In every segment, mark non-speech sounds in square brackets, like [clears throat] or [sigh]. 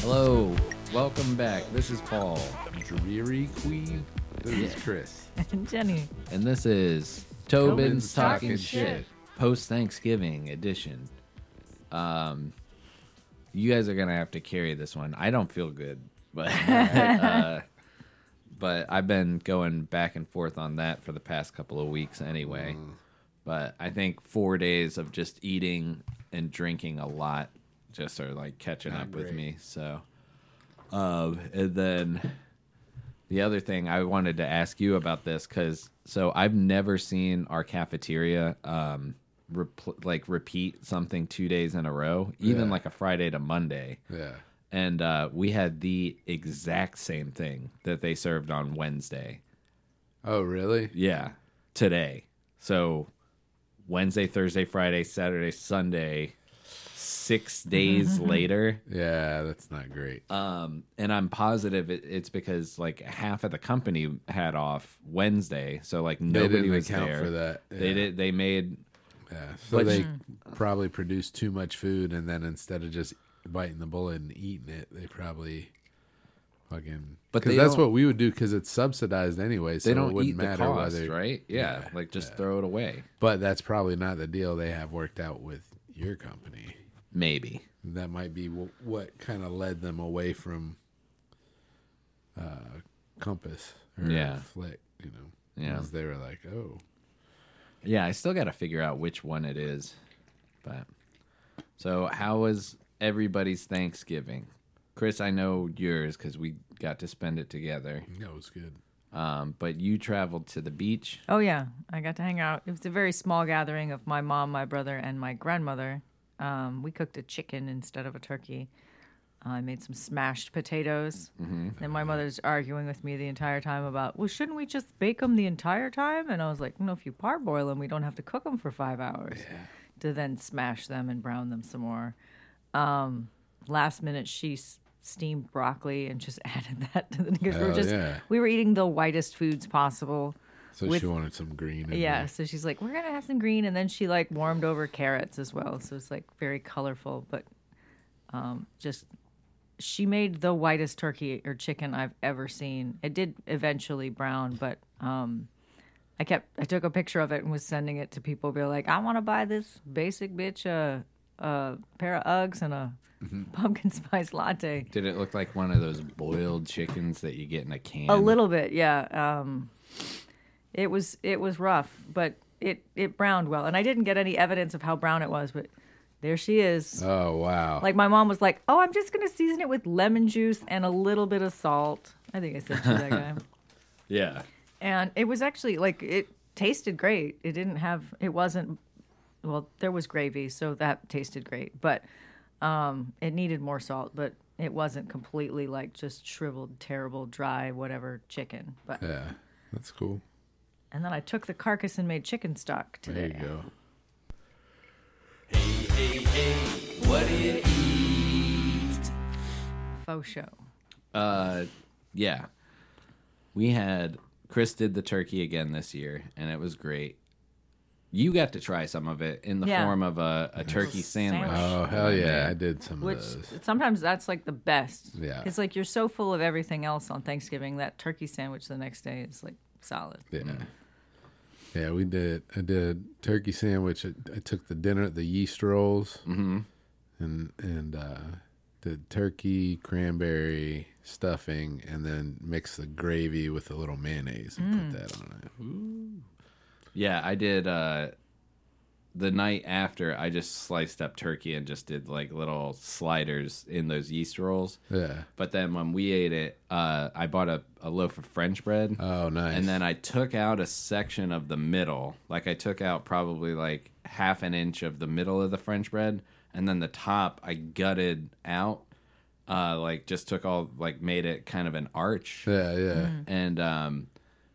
Hello, welcome back. This is Paul Dreary Queen. This is Chris. [laughs] Jenny. and this is Tobin's, Talking, Shit, post Thanksgiving edition. Um, you guys are gonna have to carry this one. I don't feel good, [laughs] but uh, but I've been going back and forth on that for the past couple of weeks anyway. But I think four days of just eating and drinking a lot just are like catching Not up with great. me. So, um, and then the other thing I wanted to ask you about this because so I've never seen our cafeteria um repl- like repeat something two days in a row, even Yeah. like a Friday to Monday, Yeah. and uh, we had the exact same thing that they served on Wednesday. Oh, really? Yeah, today. So Wednesday, Thursday, Friday, Saturday, Sunday, six [laughs] days later. Yeah, that's not great. Um, and I'm positive it, it's because like half of the company had off Wednesday, so like they nobody didn't was account there. for that. Yeah. They did. They made Yeah. So But- they probably produced too much food, and then instead of just biting the bullet and eating it, they probably fucking. But 'cause they that's don't- what we would do because it's subsidized anyway, so they it don't wouldn't eat the matter cost, whether. right? Yeah, like just throw it away. But that's probably not the deal they have worked out with your company. Maybe. That might be w- what kind of led them away from uh, Compass or Yeah. Flick, you know. Yeah. 'Cause they were like, oh, Yeah, I still got to figure out which one it is. But so, how was everybody's Thanksgiving? Chris, I know yours because we got to spend it together. that was good. Um, but you traveled to the beach. Oh, yeah. I got to hang out. It was a very small gathering of my mom, my brother, and my grandmother. Um, we cooked a chicken instead of a turkey. Uh, I made some smashed potatoes. Then my mother's arguing with me the entire time about, well, shouldn't we just bake them the entire time? And I was like, no, if you parboil them, we don't have to cook them for five hours. To then smash them and brown them some more. Um, last minute, she s- steamed broccoli and just [laughs] added that to the because we were Oh, just yeah. we were eating the whitest foods possible. So With- she wanted some green. In Yeah, so she's like, we're gonna have some green, and then she like warmed over carrots as well. So it's like very colorful, but um, just she made the whitest turkey or chicken I've ever seen. It did eventually brown, but um, I kept I took a picture of it and was sending it to people. Be like, I want to buy this basic bitch a a pair of Uggs and a pumpkin [laughs] spice latte. Did it look like one of those boiled chickens that you get in a can? A little bit, yeah. Um, it was it was rough, but it it browned well, and I didn't get any evidence of how brown it was, but there she is. Uh. There. Oh, wow. Like my mom was like, "Oh, I'm just gonna season it with lemon juice and a little bit of salt." I think I said to that guy, Yeah. and it was actually like it tasted great. It didn't have it wasn't well. There was gravy, so that tasted great, but um, it needed more salt, but. It wasn't completely like just shriveled, terrible, dry, whatever chicken. But yeah, that's cool. And then I took the carcass and made chicken stock There today. you go. Faux show. Uh, yeah. We had Chris did the turkey again this year, and it was great. You got to try some of it in the Yeah. form of a, a turkey sandwich. sandwich. Oh, hell yeah. I did some Which of those. sometimes that's like the best. Yeah. It's like you're so full of everything else on Thanksgiving that turkey sandwich the next day is like solid. Yeah. Yeah, we did. I did turkey sandwich. I, I took the dinner, the yeast rolls, and and uh, did turkey, cranberry stuffing, and then mix the gravy with a little mayonnaise and Mm. put that on it. Yeah, I did. Uh, the night after, I just sliced up turkey and just did like little sliders in those yeast rolls. Yeah. But then when we ate it, uh, I bought a, a loaf of French bread. Oh, nice. And then I took out a section of the middle. Like I took out probably like half an inch of the middle of the French bread, and then the top I gutted out. Uh, like just took all like made it kind of an arch, yeah, yeah. and um,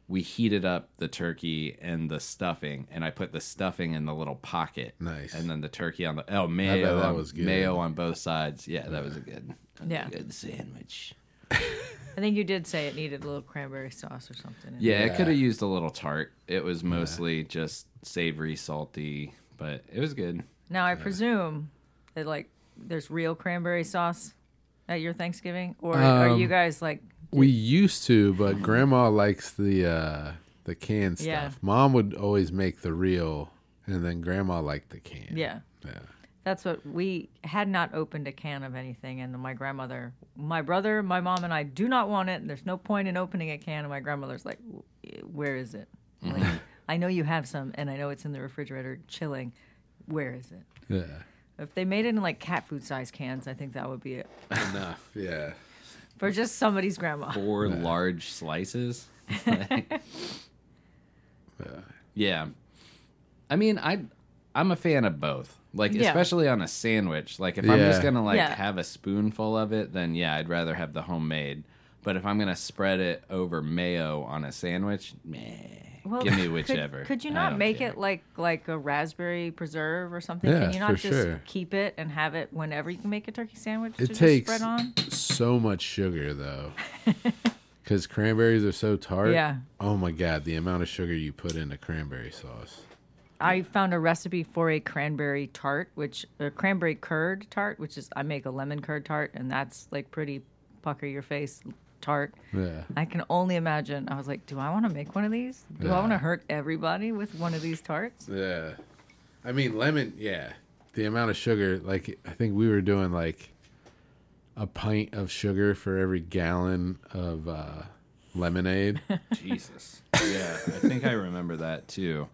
we heated up the turkey and the stuffing, and I put the stuffing in the little pocket. Nice. And then the turkey on the oh mayo, that on- was good. mayo on both sides. Yeah, that was a good, that was Yeah. a good sandwich. I think you did say it needed a little cranberry sauce or something. in Yeah, it. it could have used a little tart. It was mostly just savory, salty, but it was good. Now I presume that like there's real cranberry sauce at your Thanksgiving, or are you guys like We used to, but grandma likes the uh the canned stuff. Yeah. Mom would always make the real and then grandma liked the can. yeah? Yeah. That's what we had not opened a can of anything, and my grandmother, my brother, my mom, and I do not want it. And there's no point in opening a can. And my grandmother's like, "Wh- "Where is it? Mm-hmm. Like, I know you have some, and I know it's in the refrigerator, chilling. Where is it? Yeah. If they made it in like cat food size cans, I think that would be it Enough. Yeah. for just somebody's grandma. Four large [laughs] slices. yeah. I mean, I I'm a fan of both. Like Yeah. especially on a sandwich. Like if I'm Yeah. just going to like Yeah. have a spoonful of it, then yeah, I'd rather have the homemade. But if I'm going to spread it over mayo on a sandwich, meh. give me could- whichever. Could, you I not don't make care. it like like a raspberry preserve or something? Yeah, can you not for just sure. keep it and have it whenever you can make a turkey sandwich? to It just takes spread on. so much [laughs] sugar though. Cuz cranberries are so tart. Yeah. Oh my god, the amount of sugar you put into cranberry sauce. I found a recipe for a cranberry tart, which a cranberry curd tart, which is I make a lemon curd tart, and that's like pretty pucker your face tart. Yeah. I can only imagine. I was like, do I want to make one of these? Do I Yeah. want to hurt everybody with one of these tarts? Yeah. I mean, lemon, yeah. The amount of sugar, like, I think we were doing like a pint of sugar for every gallon of uh, lemonade. Jesus. [laughs] Yeah, I think I remember that too.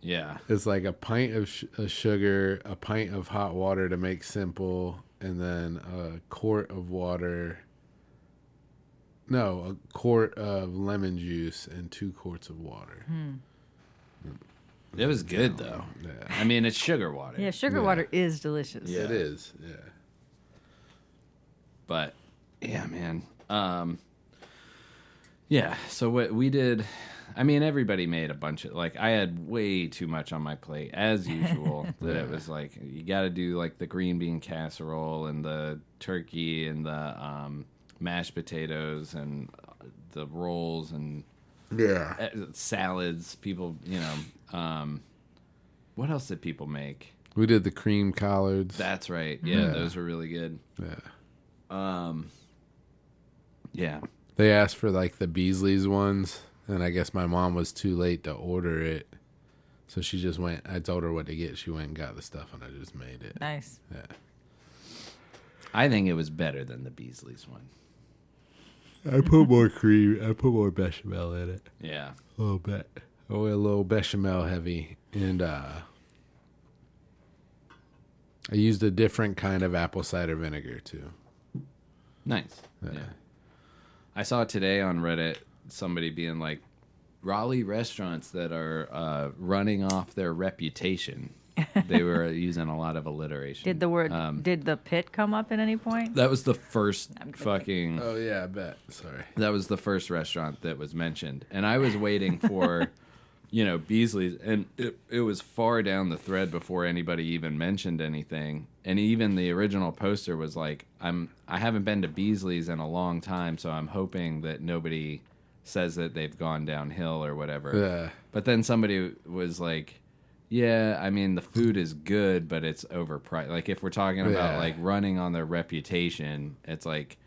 Yeah. it's like a pint of, sh- of sugar, a pint of hot water to make simple, and then a quart of water. No, a quart of lemon juice and two quarts of water. It was good though. Yeah. I mean, it's sugar water, Yeah, sugar Yeah. water is delicious. Yeah. It is, yeah. but yeah, man. Um, yeah. So what we did, I mean, everybody made a bunch of like I had way too much on my plate as [laughs] usual. that it was like you got to do like the green bean casserole and the turkey and the um, mashed potatoes and uh, the rolls and Yeah. uh, salads. People, you know, um, what else did people make? We did the cream collards. That's right. Yeah, those were really good. yeah. Yeah. They asked for like the Beasley's ones, and I guess my mom was too late to order it, so she just went. I told her what to get. She went and got the stuff, and I just made it. Nice. I think it was better than the Beasley's one. I put more cream. I put more bechamel in it. Yeah. A little bit. Oh, a little bechamel heavy, and uh, I used a different kind of apple cider vinegar too. Nice. Yeah. I saw today on Reddit somebody being like, Raleigh restaurants that are uh, running off their reputation. they were using a lot of alliteration. Did the word Um, did the pit come up at any point? that was the first fucking. Oh yeah, I bet. Sorry. That was the first restaurant that was mentioned, and I was waiting for, you know, Beasley's, and it, it was far down the thread before anybody even mentioned anything. And even the original poster was like, "I'm I haven't been to Beasley's in a long time, so I'm hoping that nobody says that they've gone downhill or whatever." Yeah. But then somebody was like, "Yeah, I mean, the food is good, but it's overpriced. Like if we're talking about Yeah. like running on their reputation, it's like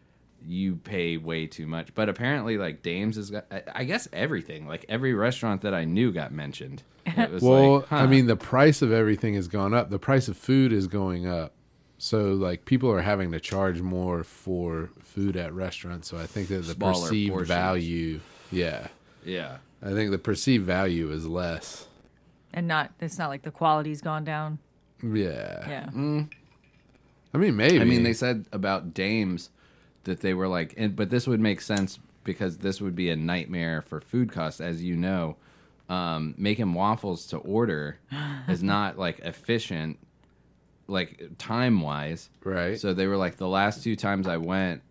you pay way too much." But apparently, like Dames has got, I- I guess everything, like every restaurant that I knew got mentioned. It was Well, like, huh. I mean, the price of everything has gone up. The price of food is going up. So, like, people are having to charge more for food at restaurants. So, I think that the Smaller perceived portions. value, yeah, yeah, I think the perceived value is less. And not it's not like the quality's gone down. Yeah. Yeah. I mean, maybe. I mean, they said about Dames that they were like, and but this would make sense because this would be a nightmare for food costs, as you know. Um, making waffles to [gasps] order is not like efficient, like time wise. Right. So they were like, the last two times I went,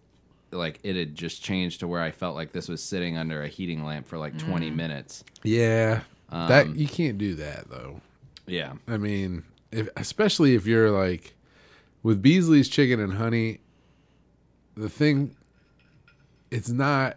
like it had just changed to where I felt like this was sitting under a heating lamp for like Mm. 20 minutes. yeah, Um, that you can't do that though. Yeah. I mean, if, especially if you're like with Beasley's chicken and honey, the thing it's not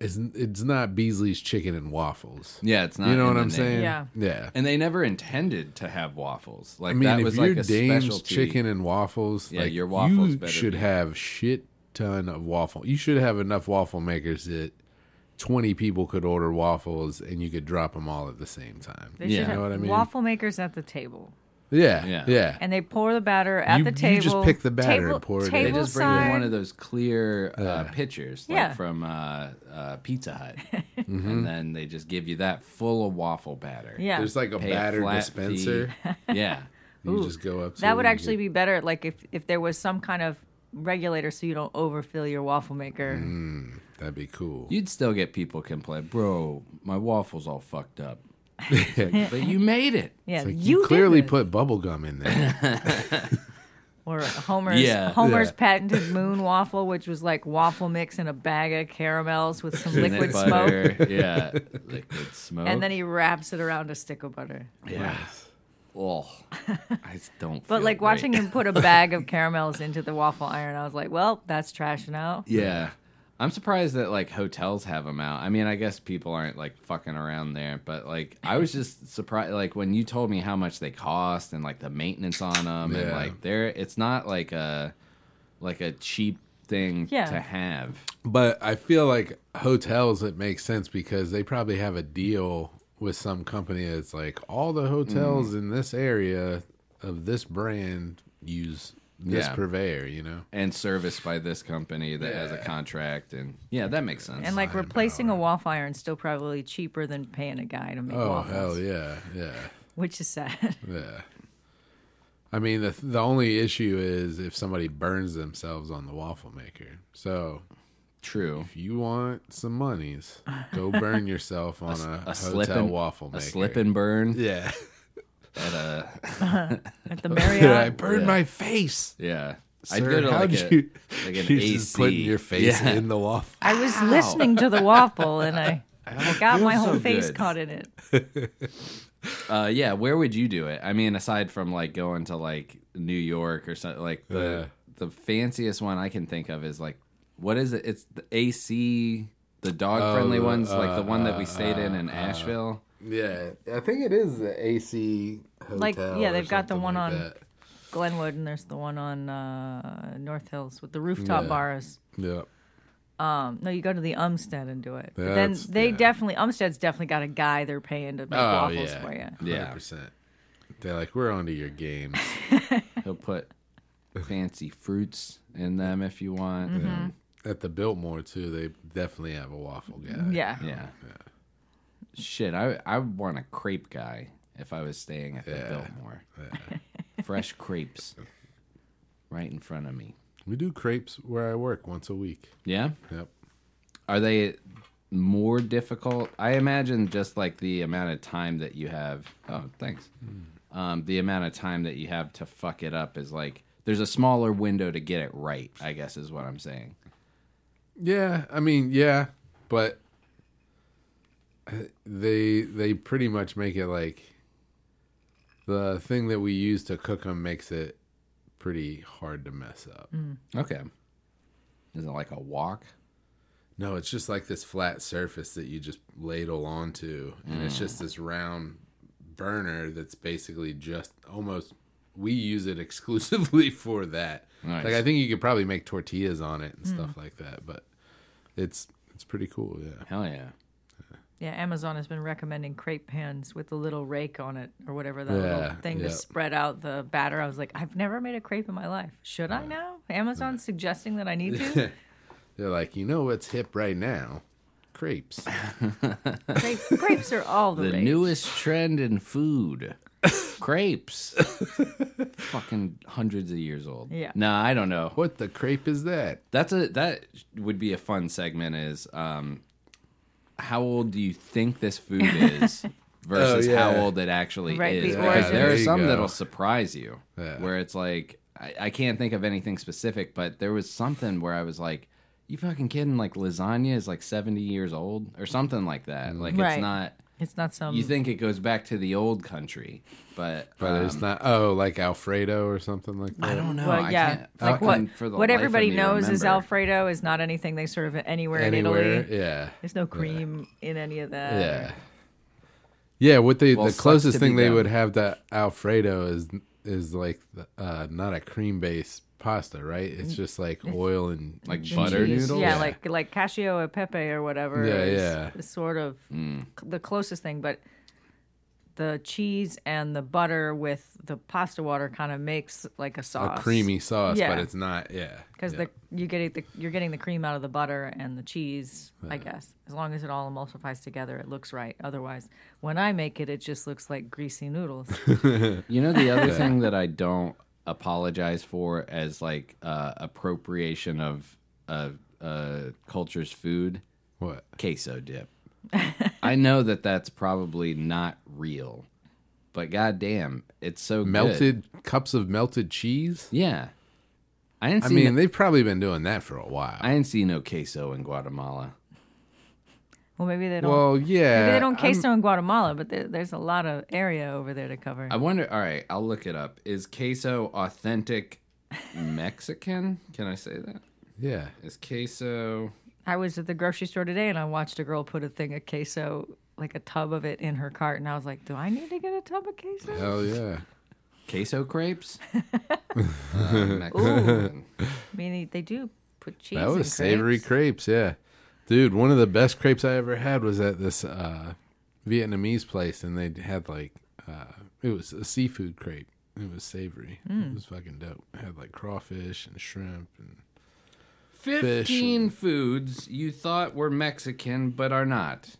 it's it's not Beasley's chicken and waffles. Yeah, it's not. You know in what the I'm name. saying? Yeah. Yeah. And they never intended to have waffles. Like I mean, that if was you're like a Dame's specialty. chicken and waffles, Yeah, like, your waffles you better should be- have shit ton of waffle. You should have enough waffle makers that twenty people could order waffles and you could drop them all at the same time. They Yeah. should You have know what I mean? waffle makers at the table. Yeah, Yeah. yeah, And they pour the batter at You- the you table. just pick the batter and table, pour it in. They They Table just bring side, in one of those clear uh, pitchers, like Yeah. Mm-hmm. from uh, uh, Pizza [laughs] Hut, and then they just give you that full of waffle batter. Yeah. There's like a Pay a batter flat dispenser. fee. [laughs] Yeah, You Ooh. just go up. To That would actually be better, like if if there was some kind of regulator so you don't overfill your waffle maker. Mm, that'd be cool. you'd still get people complain, bro. My waffles all fucked up, [laughs] but you made it. Yeah, It's like, you, you, clearly did this. put bubble gum in [laughs] there. or [laughs] Homer's Yeah. Homer's Yeah. [laughs] patented moon waffle, which was like waffle mix in a bag of caramels with some Peanut liquid smoke, [laughs] butter. Yeah, liquid smoke. and then he wraps it around a stick of butter. yeah. [laughs] Oh, I just don't. But feel like great. watching him put a [laughs] bag of caramels into the waffle iron, I was like, well, that's trash now. Yeah. I'm surprised that like hotels have them out. I mean, I guess people aren't like fucking around there, but like I was just [laughs] surprised like when you told me how much they cost and like the maintenance on them and Yeah. like they're it's not like a like a cheap thing Yeah. to have. but I feel like hotels it makes sense because they probably have a deal with some company that's like all the hotels Mm. in this area of this brand use this Yeah. purveyor, you know. And serviced by this company that has a contract and yeah, that makes sense. And like replacing a waffle iron is still probably cheaper than paying a guy to make Oh waffles, hell yeah, yeah. which is sad. [laughs] Yeah. I mean, the the only issue is if somebody burns themselves on the waffle maker. So, true. if you want some monies, go burn yourself on a, [laughs] A slip hotel and waffle a maker. slip and burn. yeah. At the [laughs] yeah, I Marriott, [laughs] burned Yeah. my face. Yeah. Sir, how'd a- you, like [laughs] an you just AC. putting your face Yeah. in the waffle. I was listening to the waffle and I, I got my feels whole so face good. caught in it. Uh, yeah, where would you do it? I mean, aside from like going to like New York or something, like the the fanciest one I can think of is like what is it? It's the AC, the dog friendly the, ones, like the uh, one that we stayed in in Asheville. Yeah, I think it is the AC hotel. Like, yeah, they've got the one on- that. Glenwood, and there's the one on uh, North Hills with the rooftop bars. Yeah. Um, no, you go to the Umstead and do it. But then That's- they yeah. definitely Umstead's definitely got a guy they're paying to make Oh waffles yeah. for you. Yeah. 100%. They're like, we're onto [laughs] your games. He'll put fancy fruits in them if you want. Mm-hmm. At the Biltmore too, they definitely have a waffle guy. Mm-hmm. Yeah. Yeah. Shit, I I want a crepe guy if I was staying at the Yeah. Biltmore. Yeah. Fresh [laughs] crepes right in front of me. We do crepes where I work once a week. Yeah. Yep. are they more difficult i imagine just like the amount of time that you have oh thanks um, the amount of time that you have to fuck it up is like there's a smaller window to get it right i guess is what i'm saying Yeah, I mean, yeah, but uh, they they pretty much make it like the thing that we use to cook them makes it pretty hard to mess up. okay is it like a walk No, it's just like this flat surface that you just ladle onto, and it's just this round burner that's basically just almost. We use it [laughs] exclusively for that. Nice. Like I think you could probably make tortillas on it and stuff like that, but it's it's pretty cool. Yeah, hell yeah Yeah, Amazon has been recommending crepe pans with a little rake on it or whatever that little Yeah, thing to yeah. spread out the batter. I was like, I've never made a crepe in my life. Should I now? Amazon's suggesting that I need to. they're like, you know what's hip right now? Crepes. Crepe, crepes are all the, the rage. newest trend in [laughs] food [laughs] crepes fucking hundreds of years old Yeah. no i don't know What the crepe is that? That's a that would be a fun segment. Is um, how old do you think this food is versus [laughs] Oh, yeah. how old it actually Right, is? the Because origin. there There are you some go. that'll surprise you, Yeah. where it's like I, I can't think of anything specific, but there was something where I was like, "You fucking kidding? Like lasagna is like seventy years old or something like that. Like Right. Um, it's not." It's not some. You think it goes back to the old country, but But it's um, not. Oh, like Alfredo or something like that. I don't know. Well, I yeah, can't, I like what couldn't for the what life of everybody me knows is remember. Alfredo is not anything they serve anywhere, in Anywhere. Italy. Yeah. There's no cream in any of that. Yeah. Yeah, what they Well, the sucks closest to thing be they them. would have that Alfredo is is like uh, not a cream based pasta, right? It's just like oil and Like cheese. butter Cheese. noodles? Yeah, like like cacio e pepe or whatever. Yeah, is, yeah. is sort of Mm. c- the closest thing, but the cheese and the butter with the pasta water kind of makes like a a sauce, creamy sauce, Yeah. but it's not. Yeah, because yeah. the you get the you're getting the cream out of the butter and the cheese. I guess as long as it all emulsifies together, it looks right. Otherwise, when I make it, it just looks like greasy noodles. You know the other thing that I don't apologize for as like uh, appropriation of of uh, culture's food what? queso [laughs] dip. I know that that's probably not real, but goddamn, it's so good. Melted cups of melted cheese. Yeah, I didn't I see. mean, no, they've probably been doing that for a while. I didn't see no queso in Guatemala. well, maybe they don't. well, yeah, maybe they don't I'm- queso in Guatemala, but there, there's a lot of area over there to cover. I wonder. All right, I'll look it up. Is queso authentic Mexican? Can I say that? Yeah, Is queso? I was at the grocery store today and I watched a girl put a thing of queso, like a tub of it in her cart. And I was like, do I need to get a tub of queso? hell yeah. queso [laughs] crepes. Uh, Mexican. I mean, they, they do put cheese. That in was savory crepes. crepes. yeah. Dude, one of the best crepes I ever had was at this uh, Vietnamese place, and they had like uh, it was a seafood crepe. It was savory. Hmm. It was fucking dope. It had like crawfish and shrimp, and 15 foods you thought were Mexican but are not.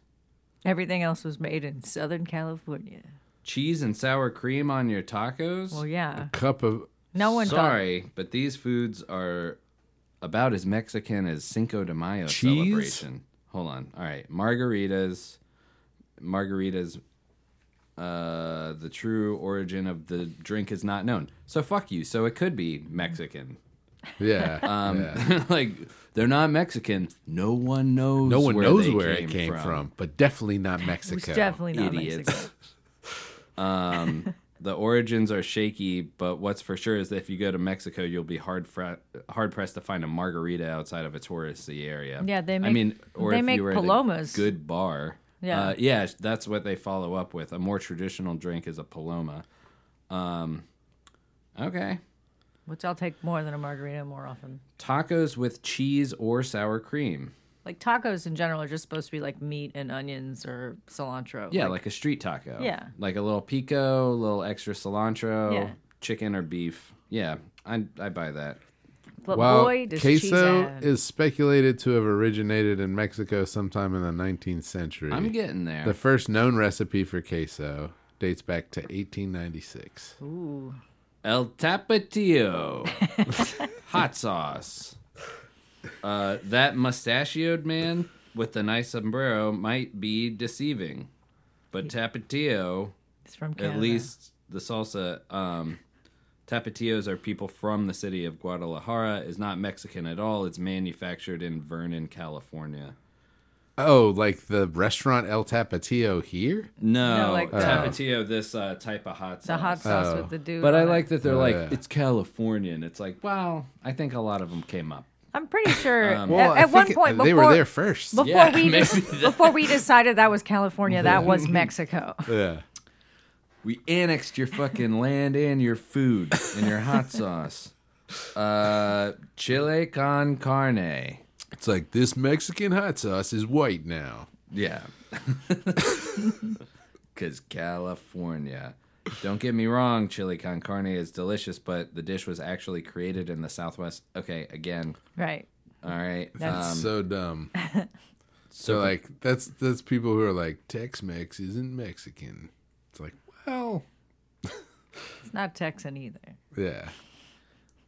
Everything else was made in Southern California. Cheese and sour cream on your tacos? Well, yeah. cup of No one Sorry, but these foods are about as Mexican as Cinco de Mayo Cheese? celebration. Hold on. All right. Margaritas. Margaritas. Uh, the true origin of the drink is not known. So fuck you. So it could be Mexican. [laughs] yeah. Um, yeah. like they're not Mexican. No one knows. No one where knows they where it came from. but definitely not thought it was Mexico. definitely not Mexican. idiots. [laughs] um, the origins are shaky, but what's for sure is that if you go to Mexico, you'll be hard fra- hard pressed to find a margarita outside of a touristy area. Yeah, they I make- mean, or they if make you were palomas. At a good bar. Yeah. uh, yeah, that's what they follow up with. A more traditional drink is a paloma. Um, okay. Which I'll take more than a margarita more often. Tacos with cheese or sour cream. Like tacos in general are just supposed to be like meat and onions or cilantro. Yeah, like, a street taco. Yeah. Like a little pico, a little extra cilantro, Yeah. chicken or beef. Yeah, I I buy that. But Well, boy, does cheese queso add. is speculated to have originated in Mexico sometime in the 19th century. I'm getting there. The first known recipe for queso dates back to 1896. Ooh. El Tapatio. [laughs] Hot sauce. Uh, that mustachioed man with the nice sombrero might be deceiving. But Tapatio, It's from Canada. at least the salsa, um, Tapatios are people from the city of Guadalajara, is not Mexican at all. It's manufactured in Vernon, California. Oh, like the restaurant El Tapatio here? No, No, like the- Tapatio, this uh, type of hot sauce. the hot sauce Oh. with the dude. But I on it. like that they're Oh, like, yeah. it's Californian. It's like, well, I think a lot of them came up. I'm pretty sure Um, Well, at, I at one think point they before, were there first. before Yeah, we maybe [laughs] des- that- before we decided that was California, [laughs] that was Mexico. [laughs] Yeah. We annexed your fucking land and your food and your [laughs] hot sauce. Uh, chile con carne. It's like this Mexican hot sauce is white now. Yeah. [laughs] Because California. Don't get me wrong, chili con carne is delicious, but the dish was actually created in the Southwest. Okay, again. Right. All right. That's- um, so dumb. [laughs] so like that's that's people who are like Tex-Mex isn't Mexican. It's like, well, It's not Texan either. yeah.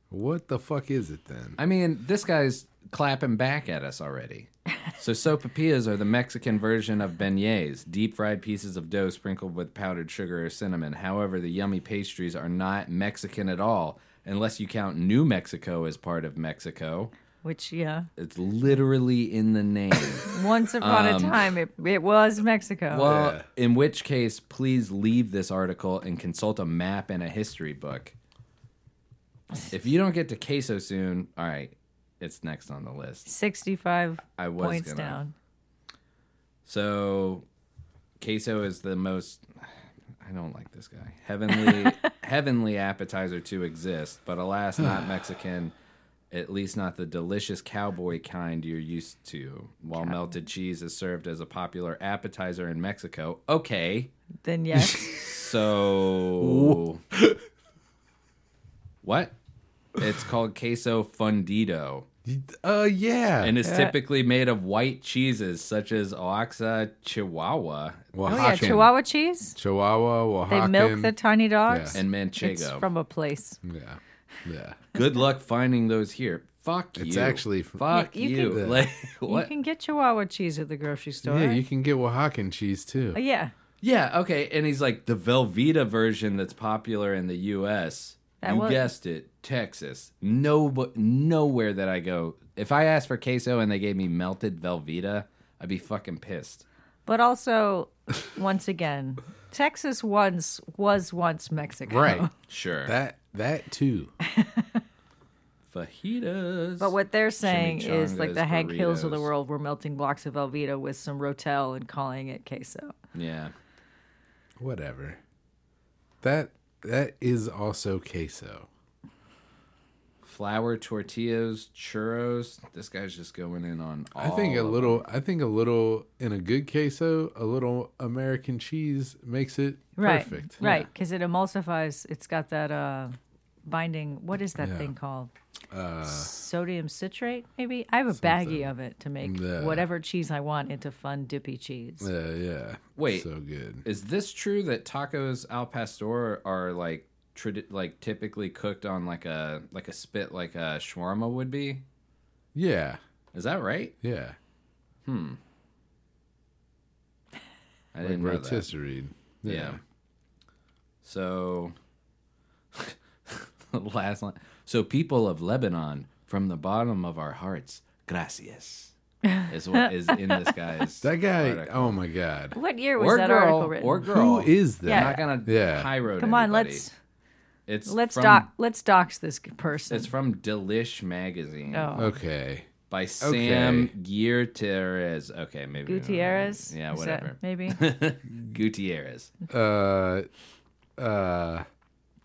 What the fuck is it then? I mean, this guy's clapping back at us already. [laughs] So sopapillas are the Mexican version of beignets, deep fried pieces of dough sprinkled with powdered sugar or cinnamon. However, the yummy pastries are not Mexican at all, unless you count New Mexico as part of Mexico. Which, yeah, It's literally in the name. [laughs] once upon Um, a time it, it was Mexico. well, Yeah. in which case, please leave this article and consult a map and a history book. If you don't get to queso soon, all right, it's next on the list. 65 I was points gonna- down. So, queso is the most. I don't like this guy. Heavenly, heavenly appetizer to exist, but alas, not Mexican. At least not the delicious cowboy kind you're used to. While melted cheese is served as a popular appetizer in Mexico, okay. Then yes. [laughs] So what? It's called queso fundido Uh, yeah. and is typically made of white cheeses such as Oaxaca, Chihuahua, oh yeah, Oaxacan. Chihuahua cheese. Chihuahua, They Oaxacan. milk the tiny dogs. and It's manchego. from a place. yeah, yeah. Good luck finding those here. Fuck you. It's actually from- fuck You- you. you can- Like, [laughs] You what? can get Chihuahua cheese at the grocery store. Yeah, you can get Oaxacan cheese too. Oh, yeah. Yeah, okay. And he's like the Velveeta version that's popular in the U.S. That you was- guessed it, Texas. No, but nowhere that I go, if I asked for queso and they gave me melted Velveeta, I'd be fucking [laughs] pissed. But also, once again, Texas once was once Mexico. Right. Sure, That [laughs] that too. fajitas. But what they're saying is like the Chimichangas, Hank Hills of the burritos. world were melting blocks of Velveeta with some Rotel and calling it queso. Yeah, Whatever. That that is also queso. flour tortillas, churros. This guy's just going in on. All I think a of little. I think a little in a good queso, a little American cheese makes it Right. perfect. Right. Because it emulsifies. It's got that uh, binding. What is that Yeah. thing called? Sodium citrate, maybe. I have a baggie of it to make Yeah. whatever cheese I want into fun dippy cheese. Yeah, Uh, yeah. Wait. So good. Is this true that tacos al pastor are like tradi- like typically cooked on like a like a spit like a shawarma would be? Yeah. Is that right? Yeah. I Like didn't know that. rotisserie. Yeah. So [laughs] the last line. So people of Lebanon, from the bottom of our hearts, gracias. Is what is in [laughs] this guy's That guy. article. Oh my god. What year was or that girl article written? or girl Who is that? I'm Yeah. not gonna Yeah. high road. Come on, anybody. let's It's let's from, doc let's dox this person. It's from Delish magazine. oh. Okay. by Sam Gutierrez. Okay, maybe Gutierrez. Yeah, Is that- whatever. [laughs] maybe. Gutierrez. Uh. Uh.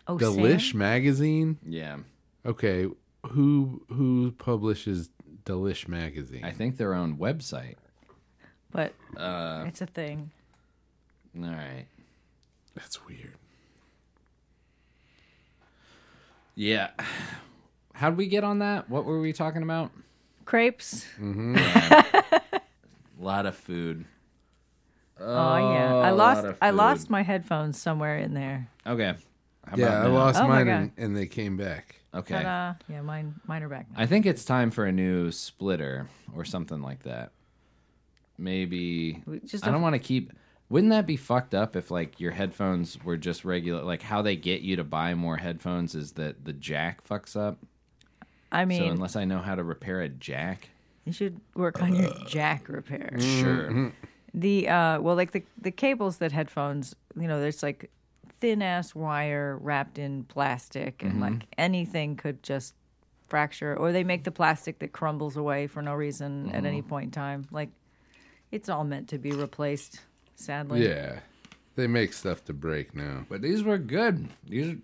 Oh, Sam? Delish magazine. Yeah, Okay, who who publishes Delish magazine? I think their own website. But Uh, it's a thing. All right. That's weird. Yeah. [sighs] How'd we get on that? What were we talking about? Crepes. A lot of food. Oh yeah, I a lost lot of I food. lost my headphones somewhere in there. Okay. How Yeah, about I now? lost Oh my mine and, and they came back. Oh, Okay. Ta-da. Yeah, mine mine are back now. I think it's time for a new splitter or something like that. Maybe We just I don't- don't want to keep. Wouldn't that be fucked up if like your headphones were just regular? Like how they get you to buy more headphones is that the jack fucks up. I So mean, unless I know how to repair a jack, you should work on your jack repair. Mm. Mm-hmm. sure. The uh, well, like the the cables that headphones, you know, there's like thin ass wire wrapped in plastic, Mm-hmm. and like anything could just fracture, or they make the plastic that crumbles away for no reason at any Mm-hmm. point in time. Like, it's all meant to be replaced. Sadly, Yeah, they make stuff to break now. But these were good. These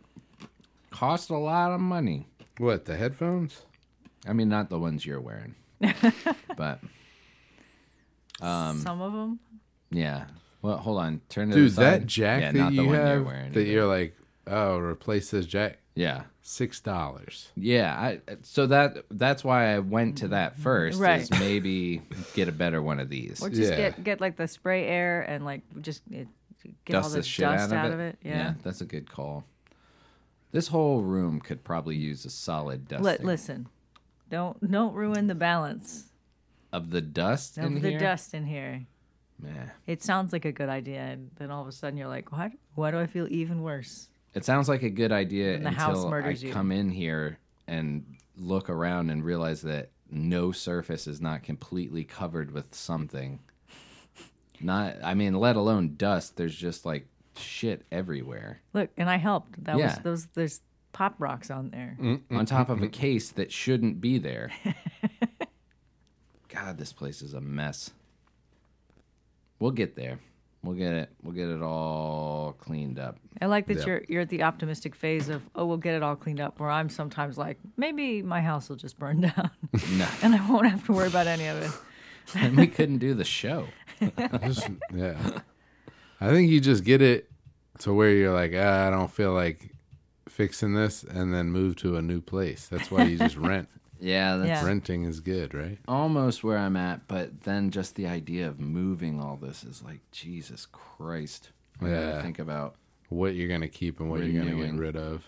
cost a lot of money. What the headphones? I mean, not the ones you're [laughs] wearing, but um, some of them. yeah. Well, hold on. Turn to the Dude, side. that jack Yeah, that not the you one have you're wearing. that either. you're like, oh, replace this jack, yeah. six dollars. Yeah, I, so that that's why I went to that first. Right. Is maybe get a better one of these. Or just Yeah. get get like the spray air and like just it, get all Dust the the dust shit out, of, it. Yeah. that's a good call. This whole room could probably use a solid dusting Let, listen, don't don't ruin the balance of the dust of in the here. dust in here. Yeah. It sounds like a good idea, and then all of a sudden you're like, what? Why do I feel even worse? It sounds like a good idea the until house I murders you. come in here and look around and realize that no surface is not completely covered with something. Not, I mean, let alone dust. There's just like shit everywhere. Look, and I helped. That was Yeah. Mm. those. There's pop rocks on there. on top of a case that shouldn't be there. [laughs] God, this place is a mess. We'll get there. We'll get it. We'll get it all cleaned up. [laughs] I like that Yeah. you're you're at the optimistic phase of oh we'll get it all cleaned up. Where I'm sometimes like maybe my house will just burn [laughs] down No, and I won't have to worry about any of it. and we couldn't do the show. [laughs] Just- yeah. I think you just get it to where you're like, ah, I don't feel like fixing this, and then move to a new place. That's why [laughs] you just rent. Yeah, that's Yeah. Renting is good, right? almost where I'm at. But then just the idea of moving all this is like Jesus Christ. What do I Yeah. think about What you're gonna keep and what you're gonna Renewing. get rid of.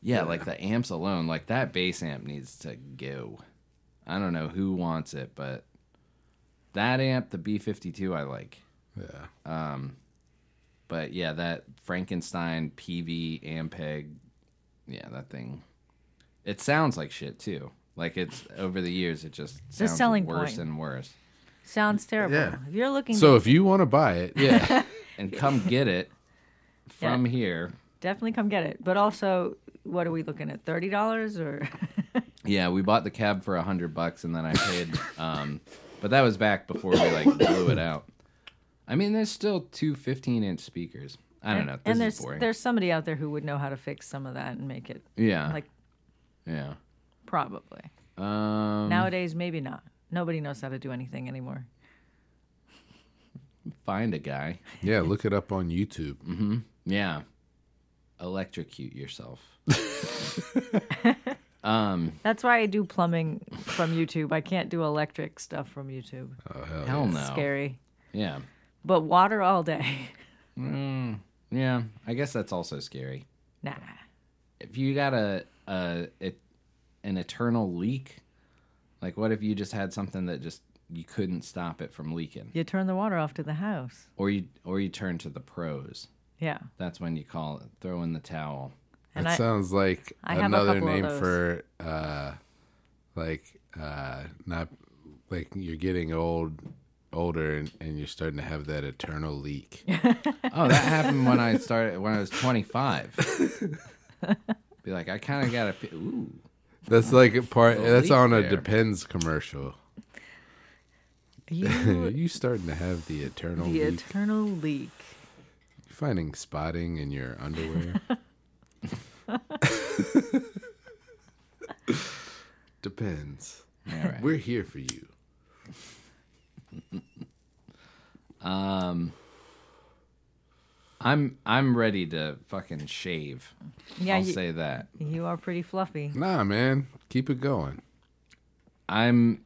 Yeah, like the amps alone, like that bass amp needs to go. I don't know who wants it, but that amp, the B52, I like. Yeah. But yeah, that Frankenstein PV Ampeg, yeah, that thing. It sounds like shit too. Like it's over the years, it just sounds selling worse point. and [laughs] worse. Sounds terrible. Yeah. If you're looking, So if you want to buy it, yeah, And come get it from here. definitely come get it. But also, what are we looking at? Thirty dollars or Yeah, we bought the cab for a hundred bucks, and then I [laughs] paid. um, but that was back before we like blew it out. I mean, there's still two 15 inch speakers. I don't know. This and is there's boring. there's somebody out there who would know how to fix some of that and make it yeah, like yeah. probably Um, nowadays maybe not. Nobody knows how to do anything anymore. find a guy. yeah, look it up on YouTube. Mm. Yeah, electrocute yourself. That's why I do plumbing from YouTube. I can't do electric stuff from YouTube. Oh hell, Hell no. Scary. Yeah, But water all day. [laughs] yeah. I guess that's also scary. Nah. If you got a, a it, an eternal leak, like what if you just had something that just you couldn't stop it from leaking, You turn the water off to the house. or you or you turn to the pros. [laughs] Yeah. That's when you call it throw in the towel. that And I- sounds like I have a another couple of name those. for uh, like uh, not like you're getting old, older, and, and you're starting to have that [laughs] eternal leak. Oh, that happened when I started when I was 25. [laughs] Be like, I kind of got a ooh. That's like a part. The that's leak on a there. Depends commercial. You [laughs] you starting to have the eternal the leak. eternal leak. You finding spotting in your underwear. Depends. All right. We're here for you. I'm I'm ready to fucking shave. Yeah, I'll you, say that. you are pretty fluffy. Nah, man, keep it going. I'm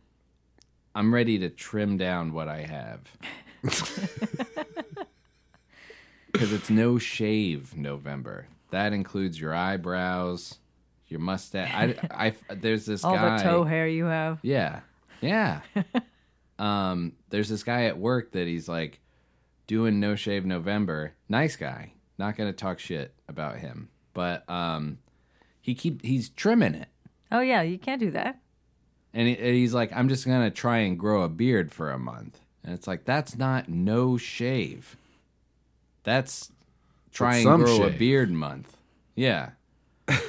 I'm ready to trim down what I have. [laughs] Cuz it's no shave November. That includes your eyebrows, your mustache. I, I there's this All guy the toe hair you have. Yeah. [laughs] Yeah. um, there's this guy at work that he's like doing No Shave November. Nice guy. Not gonna talk shit about him. But um he keep he's trimming it. Oh yeah, you can't do that. And, he, and he's like, I'm just gonna try and grow a beard for a month. And it's like, that's not no shave. That's try and some grow a shave. beard month. Yeah.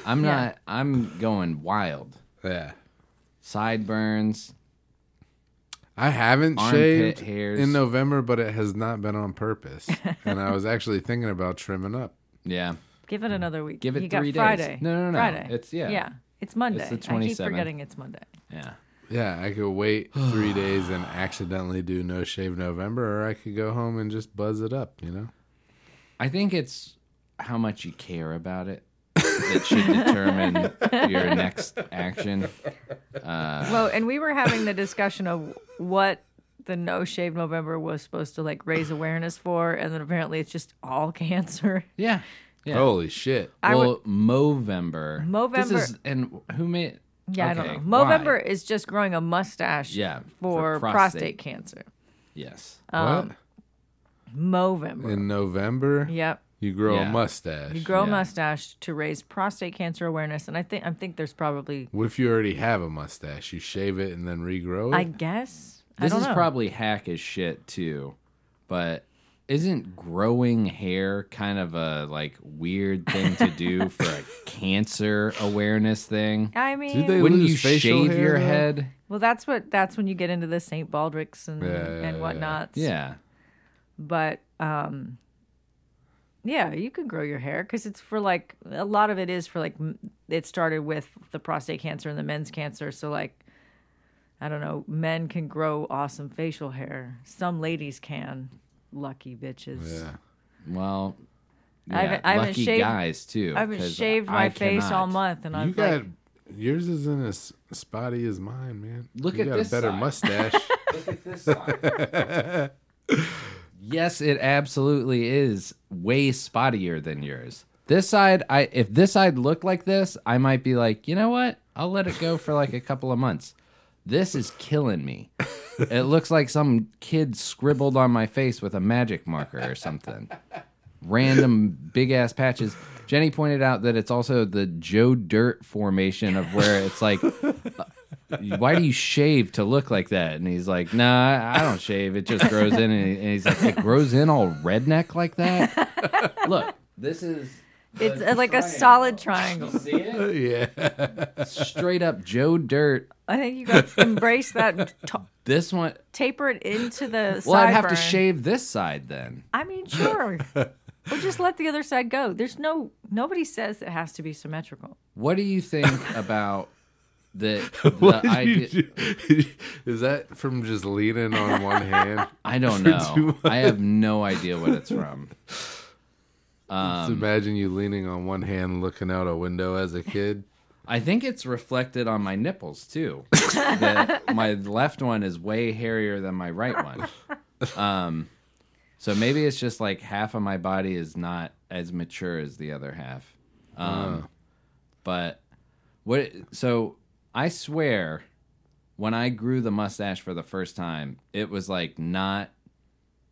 I'm [laughs] Yeah. not I'm going wild. Yeah. Sideburns, I haven't Armpit shaved hairs. in November, but it has not been on purpose. and I was actually thinking about trimming up. yeah. Give it another week. Give it you three got days. Friday. No, no, no. Friday. It's- yeah. Yeah. It's Monday. the I keep 27th. forgetting it's Monday. Yeah. Yeah, I could wait [sighs] three days and accidentally do no shave November, or I could go home and just buzz it up, you know? I think it's how much you care about it that should [laughs] determine your next action. Well, and we were having the discussion of what the No Shave November was supposed to like raise awareness for, and then apparently it's just all [laughs] cancer. Yeah. Yeah. Holy shit. I well, Movember. This Movember- is and who made? Yeah, I Okay, don't know. why? Movember is just growing a mustache Yeah, for, for prostate. prostate. cancer. Yes. What? Movember. In November? Yep. You grow Yeah. a mustache. You grow a Yeah. mustache to raise prostate cancer awareness, and I think I think there's probably what if you already have a mustache? You shave it and then regrow it. I guess I This don't is know. probably hack as shit too, but isn't growing hair kind of a like weird thing to [laughs] do for a cancer awareness thing? I mean, they- Wouldn't lose you facial shave hair, your though? head? well, that's what that's when you get into the Saint Baldric's and Yeah, yeah, and yeah. whatnot. Yeah. but um, yeah, you can grow your hair because it's for like a lot of it is for like m- it started with the prostate cancer and the men's cancer, so like. I don't know. Men can grow awesome facial hair. Some ladies can. Lucky bitches. yeah. Well, I haven't- yeah, I haven't lucky shaved- guys too. I haven't 'cause shaved my I face all cannot. month, and you I'm got like, yours isn't as spotty as mine, man. Look you at got this a better side. mustache. [laughs] [laughs] Yes, it absolutely is way spottier than yours. This side, I if this side looked like this, I might be like, you know what? I'll let it go for like a couple of months. This is killing me. It looks like some kid scribbled on my face with a magic marker or something. Random big ass patches. Jenny pointed out that it's also the Joe Dirt formation of where it's like why do you shave to look like that? And he's like, nah, I don't shave. It just grows in. And he's like, it grows in all redneck like that? look, this is. it's uh, like a solid triangle. See it? yeah. Straight up Joe Dirt. I think you got to embrace that, and t- This one. taper it into the Well, I'd have to sideburn. shave this side then. I mean, sure. Well, just let the other side go. There's no nobody says it has to be symmetrical. What do you think about the, the [laughs] What did idea? you do? [laughs] Is that from just leaning [laughs] on one hand? I don't for too know. much? I have no idea what it's from. Um, Just imagine you leaning on one hand, looking out a window as a kid. I think it's reflected on my nipples too. that my left one is way hairier than my right one. Um, so maybe it's just like half of my body is not as mature as the other half. Um, But what? So I swear, when I grew the mustache for the first time, it was like not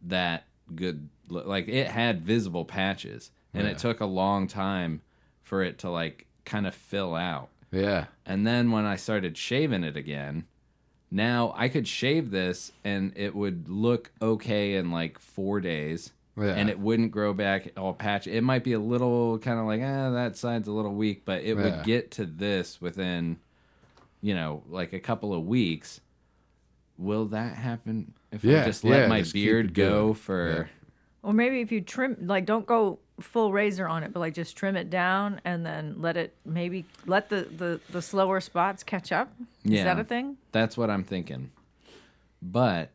that good lo- like it had visible patches and it took a long time for it to like kind of fill out Yeah. and then when i started shaving it again now i could shave this and it would look okay in like four days Yeah. and it wouldn't grow back all patch it might be a little kind of like ah that side's a little weak but it Yeah. would get to this within you know like a couple of weeks will that happen if Yeah, i just yeah, let my just keep beard it going. go for Yeah. Or maybe if you trim, like, don't go full razor on it, but like just trim it down and then let it maybe let the the, the slower spots catch up. Is Yeah. that a thing? That's what I'm thinking. But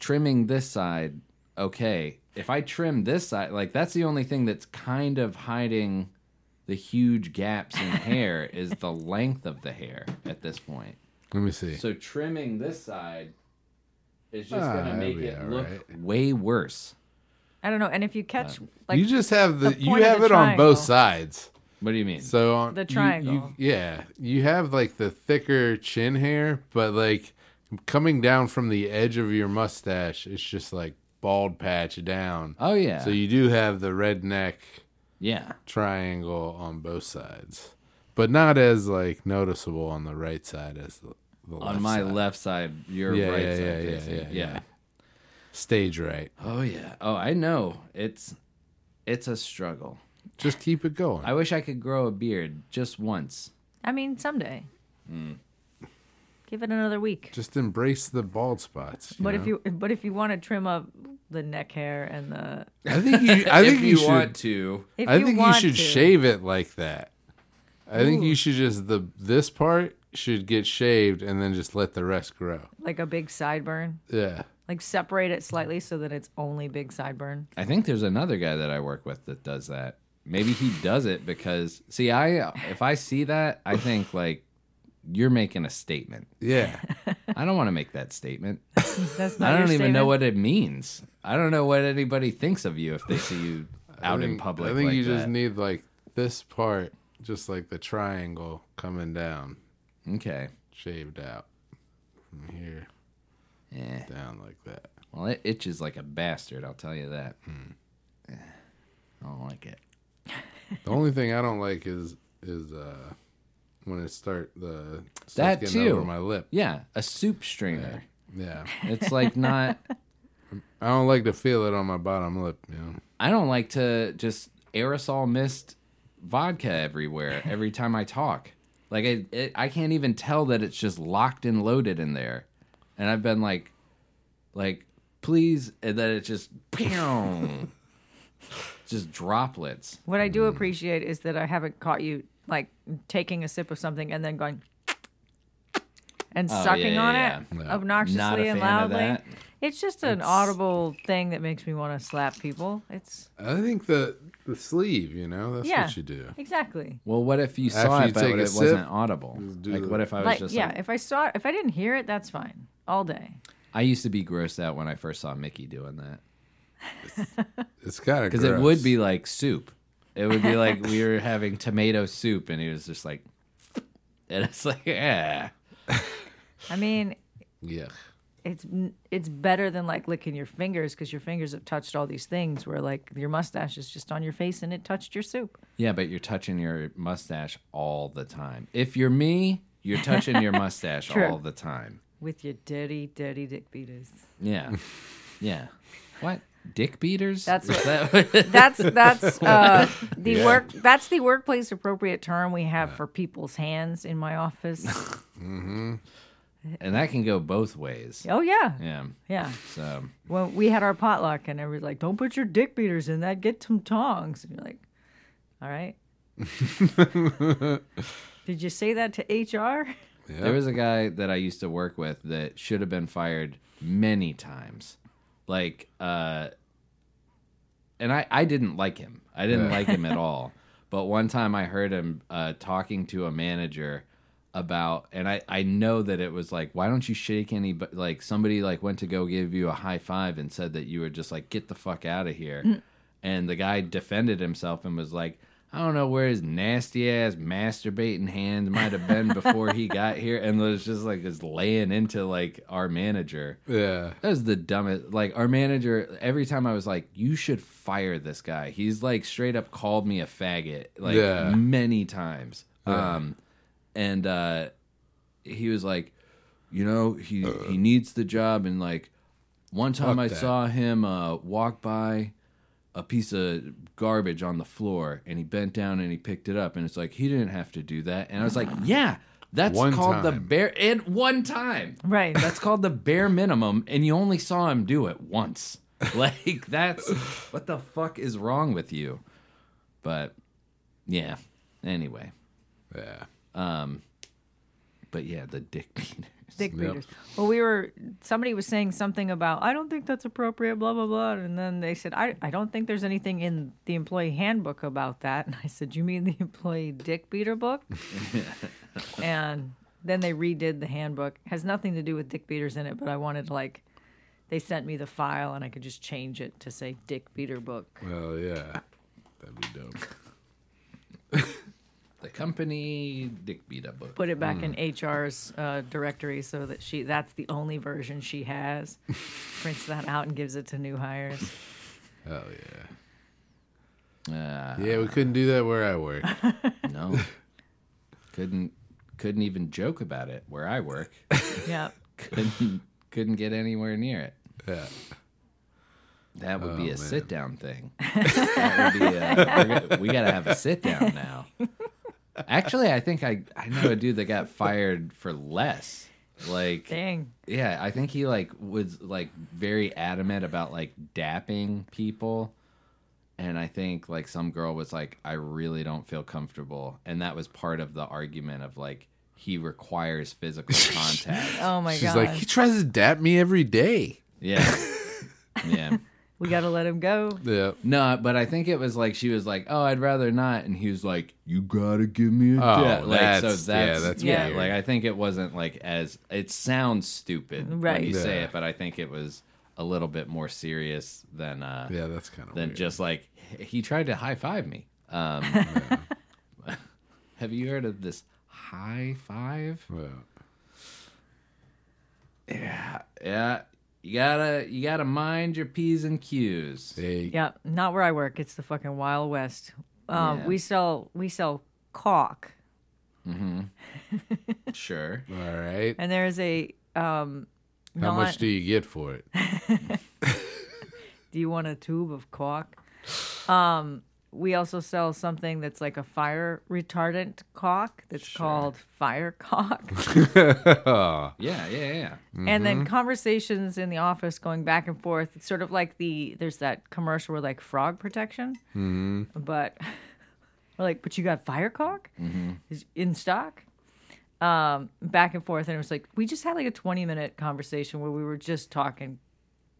trimming this side, okay. If I trim this side, like that's the only thing that's kind of hiding the huge gaps [laughs] in hair is the length of the hair at this point. Let me see. So trimming this side is just Ah, gonna that'll make be it all look right. way worse. I don't know. And if you catch like you just have the, the you point of have the it on both triangle. sides. What do you mean? So on, The you- you- triangle. yeah, you have like the thicker chin hair, but like coming down from the edge of your mustache, it's just like bald patch down. oh yeah. So you do have the redneck yeah. triangle on both sides, but not as like noticeable on the right side as the, the left On my side. left side, your Yeah, right yeah, side. yeah, yeah, facing- yeah, yeah. yeah. stage right. Oh yeah. Oh, I know. It's it's a struggle. Just keep it going. I wish I could grow a beard just once. I mean, someday. Give it another week. Mm. Just embrace the bald spots. But if you but if you want to trim up the neck hair and the I think you, I think if you, you, should, want to. if I you think you want should to. shave it like that. I think you should just the this part should get shaved and then just let the rest grow. like a big sideburn, Yeah. like separate it slightly so that it's only big sideburn. I think there's another guy that I work with that does that. Maybe he does it because see, I if I see that, I think like you're making a statement. Yeah. I don't want to make that statement. [laughs] That's not I your don't even know statement? what it means. I don't know what anybody thinks of you if they see you [laughs] out in public. I think like you just that. need like this part, just like the triangle coming down, okay. shaved out. From here Yeah. Eh. down like that. Well, it itches like a bastard. I'll tell you that. The only thing I don't like is is uh when it start the starts That getting too. over my lip. Yeah, a soup streamer. Yeah, It's like not. I don't like to feel it on my bottom lip. You know, I don't like to just aerosol mist vodka everywhere every time I talk. Like I, it, I can't even tell that it's just locked and loaded in there. And I've been like, like please, and then it just, [laughs] pew, just droplets. What I do appreciate is that I haven't caught you like taking a sip of something and then going and yeah, sucking Oh, yeah, on yeah. it No. obnoxiously Not a and fan of loudly. that. It's just an audible thing that makes me want to slap people. It's I think the the sleeve. You know, that's yeah, what you do. exactly. Well, what if you After saw you it, but take it a wasn't sip, audible? just do Like, the- what if I was Like just yeah, like, if I saw if I didn't hear it, that's fine all day. I used to be grossed out when I first saw Mickey doing that. It's kind of Because it would be like soup. It would be like we [laughs] were having tomato soup, and he was just like, [laughs] and it's like, "Ah." yeah, I mean, yeah. it's n- it's better than like licking your fingers because your fingers have touched all these things where like your mustache is just on your face and it touched your soup. yeah, but you're touching your mustache all the time. If you're me, you're touching [laughs] your mustache True. all the time. With your dirty, dirty dick beaters. [laughs] Yeah, yeah. What dick beaters? That's Is what- [laughs] that- That's that's uh, the Yeah. work. That's the workplace appropriate term we have for people's hands in my office. and that can go both ways. oh yeah, Yeah. yeah. So When we had our potluck and everybody's like, "Don't put your dick beaters in that. Get some tongs." And you're like, "All right." Did you say that to HR? There was a guy that I used to work with that should have been fired many times. Like, uh, and I, I didn't like him. I didn't like him at all. But one time I heard him uh, talking to a manager about, and I, I know that it was like, why don't you shake anybody? Like, somebody like went to go give you a high five and said that you were just like, get the fuck out of here. And the guy defended himself and was like, I don't know where his nasty ass masturbating hand might have been before he got here. And it was just like, just laying into like our manager. Yeah. That was the dumbest. Like our manager, every time I was like, "You should fire this guy." He's like straight up called me a faggot like Yeah. many times. Um, and uh, he was like, you know, he he needs the job. And like one time Fuck I that. saw him uh, walk by a piece of garbage on the floor, and he bent down and he picked it up, and it's like he didn't have to do that. And I was like, yeah. That's One called the time. bare and one time. [laughs] Right. That's called the bare minimum, and you only saw him do it once. [laughs] Like that's what the fuck is wrong with you? But yeah. Anyway, Yeah. but yeah, the dick [laughs] beaters. Dick Yep. breeders. Well, we were somebody was saying something about I don't think that's appropriate, blah blah blah, and then they said I I don't think there's anything in the employee handbook about that, and I said you mean the employee dick beater book, and then they redid the handbook has nothing to do with dick beaters in it, but I wanted to like they sent me the file and I could just change it to say dick beater book. Well, yeah. That'd be dope. [laughs] The company dick beater book. Put it back in HR's uh, directory so that she that's the only version she has. Prints that out and gives it to new hires. Hell yeah. Ah, Yeah, we couldn't do that where [laughs] I work. Oh no. couldn't couldn't even joke about it where I work. Yeah. Couldn't [laughs] couldn't get anywhere near it. Yeah. Oh, That would be a man. sit down thing. that would be a, we're gonna- we got to have a sit down now. Actually, I think I, I know a dude that got fired for less. Like, Dang. yeah, I think he like was like very adamant about like dapping people. And I think like some girl was like, I really don't feel comfortable. And that was part of the argument of like, he requires [laughs] physical contact. Oh my She's god. like, he tries to dap me every day. Yeah. Yeah. we gotta let him go. Yeah. No, but I think it was like she was like, "Oh, I'd rather not," and he was like, "You gotta give me a Oh, debt." Like, that's- yeah, that's Yeah. weird. Like I think it wasn't like as it sounds stupid Right. when you say Yeah. it, but I think it was a little bit more serious than uh Yeah, that's kind of than weird. just like he tried to high five me. [laughs] Um, [laughs] have you heard of this high five? Well, Yeah, you gotta you gotta mind your p's and q's. they, Yeah, not where I work. It's the fucking Wild West. Um, Yeah. We sell we sell caulk, Sure. All right. and there is a. Um, How non- much do you get [laughs] for it? [laughs] Do you want a tube of caulk? Um, we also sell something that's like a fire retardant caulk that's called fire caulk. Yeah, yeah, yeah. And then conversations in the office going back and forth. It's sort of like the there's that commercial where like frog protection, but [laughs] we're like, but you got fire caulk is in stock. Um, back and forth, and it was like we just had like a 20 minute conversation where we were just talking.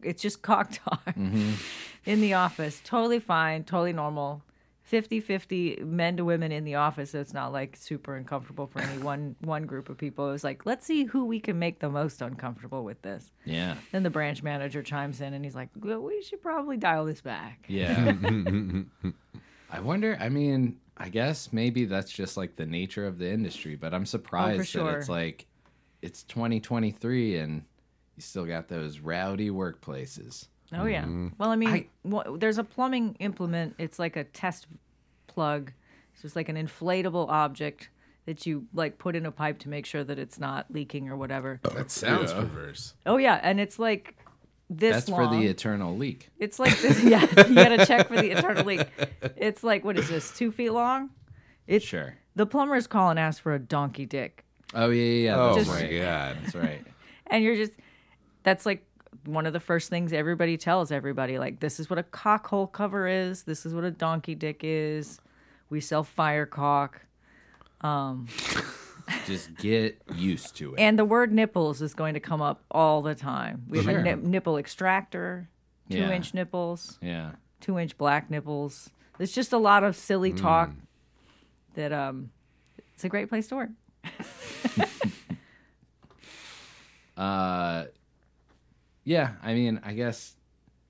It's just cock talk in the office. Totally fine, totally normal. 50 50 men to women in the office. So it's not like super uncomfortable [sighs] for any one, one group of people. It was like, let's see who we can make the most uncomfortable with this. Yeah. Then the branch manager chimes in and he's like, well, we should probably dial this back. Yeah. I wonder, I mean, I guess maybe that's just like the nature of the industry, but I'm surprised that sure. it's like it's 2023 and you still got those rowdy workplaces. Oh, yeah. Well, I mean, Mm-hmm. I- wha- there's a plumbing implement, it's like a test plug. It's just like an inflatable object that you like put in a pipe to make sure that it's not leaking or whatever. Uh. That sounds perverse. Oh, yeah. And it's like this That's long. for the eternal leak. It's like [laughs] this. [laughs] Yeah, you gotta check for the internal leak. It's like what is this? Two feet long. It's Sure. the plumbers call and ask for a donkey dick, Oh, yeah, yeah, yeah. Oh That's my right. god. That's right. and you're just that's like one of the first things everybody tells everybody. Like this is what a cock hole cover is. This is what a donkey dick is. We sell fire cock, Just get used to it. and the word nipples is going to come up all the time. We have Sure. a nip- nipple extractor, two Yeah. inch nipples. yeah. two inch black nipples. It's just a lot of silly talk that um it's a great place to work. Uh, yeah, I mean, I guess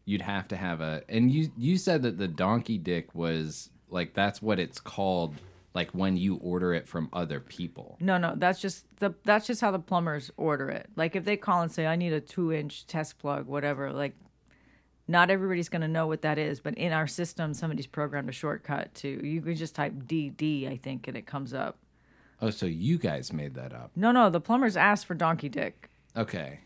you'd have to have a. And you you said that the donkey dick was like that's what it's called, like when you order it from other people. No, no, that's just the that's just how the plumbers order it. Like if they call and say, I need a two inch test plug, whatever, like not everybody's gonna know what that is, but in our system somebody's programmed a shortcut to you can just type DD, I think, and it comes up. Oh, so you guys made that up? No, no, the plumbers asked for donkey dick. Okay,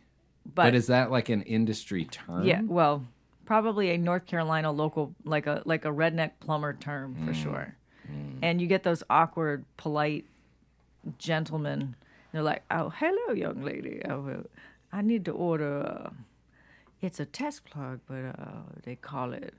But, but is that like an industry term? yeah, well, probably a North Carolina local like a like a redneck plumber term for Mm. sure. And you get those awkward, polite gentlemen. They're like, "Oh, hello, young lady. Oh, uh, I need to order. Uh, it's a test plug, but uh, they call it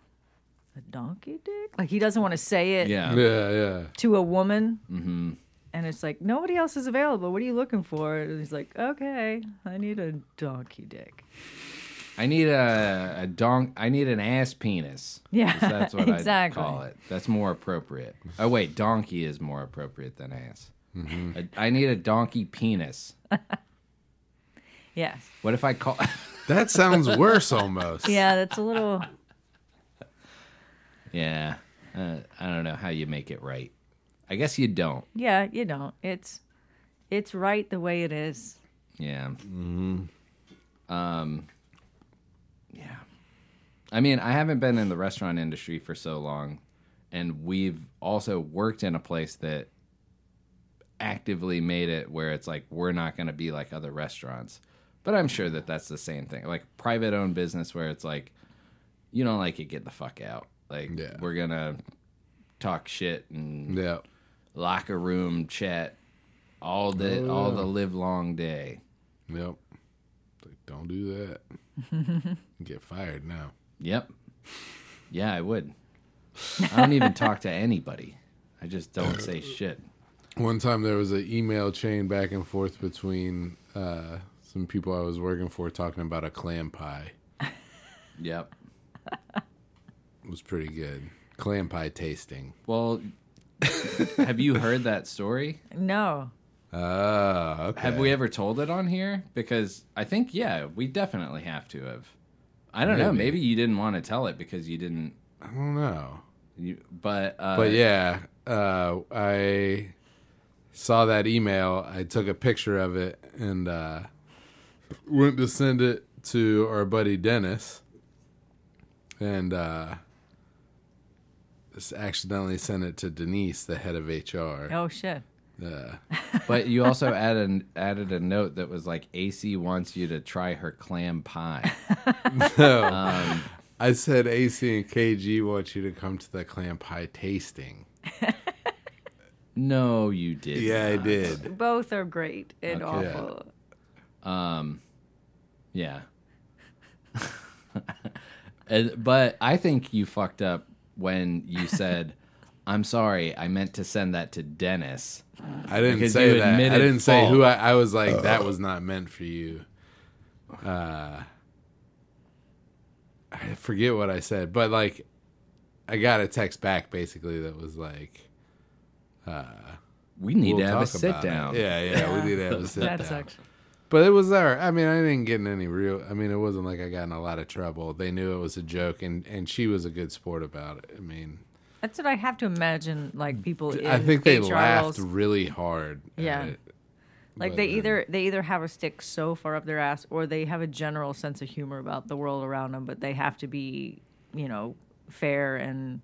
a donkey dick. Like he doesn't want to say it yeah. Mm-hmm. Yeah, yeah. to a woman." And it's like nobody else is available. What are you looking for? And he's like, "Okay, I need a donkey dick." [laughs] I need a a donk. I need an ass penis. Yeah, 'Cause [laughs] That's what exactly. I call it. That's more appropriate. Oh wait, donkey is more appropriate than ass. I, I need a donkey penis. Yes. What if I call? [laughs] That sounds worse [laughs] almost. Yeah, that's a little. Yeah. Uh, I don't know how you make it right. I guess you don't. Yeah, you don't. It's it's right the way it is. Yeah. Um yeah. I mean, I haven't been in the restaurant industry for so long and we've also worked in a place that actively made it where it's like we're not going to be like other restaurants. But I'm sure that that's the same thing. Like private owned business where it's like you don't like it, get the fuck out. Like Yeah. we're going to talk shit and Yeah. locker room chat all the Oh, all yeah. the live long day. Yep. It's Like, don't do [laughs] that. Get fired now. Yep. Yeah, I [laughs] would. I don't even talk to anybody. I just don't say shit. One time there was an email chain back and forth between uh, some people I was working for talking about a clam pie. Yep. It was pretty good. Clam pie tasting. Well, have you heard that story? No. Ah, okay. Have we ever told it on here? Because I think yeah, we definitely have to have. I don't know. Maybe. Maybe you didn't want to tell it because you didn't. I don't know. You, but uh, But yeah, uh, I saw that email. I took a picture of it and uh, went to send it to our buddy Dennis. And uh, s- accidentally sent it to Denise, the head of HR. Oh shit. Uh, But you also added added a note that was like AC wants you to try her clam pie. no. I said AC and KG want you to come to the clam pie tasting. No, you did. Yeah, I did. Both are great and Okay. awful. Yeah. [laughs] and, but I think you fucked up when [laughs] you said, "I'm sorry, I meant to send that to Dennis." I didn't Because say you Oh. that. I admitted didn't say fault. who I, I was like, that was not meant for you. Uh, I forget what I said, but like, I got a text back basically that was like, We need we'll to have a talk sit about it. down. Yeah, yeah, we need to have [laughs] a sit That down. sucked. But it was all right. I mean, I didn't get in any real. I mean, it wasn't like I got in a lot of trouble. They knew it was a joke, and and she was a good sport about it. I mean, That's what I have to imagine. Like people. In I think they HR laughed roles. really hard. at Yeah. it. Like but, they um, either they either have a stick so far up their ass, or they have a general sense of humor about the world around them. But they have to be, you know, fair and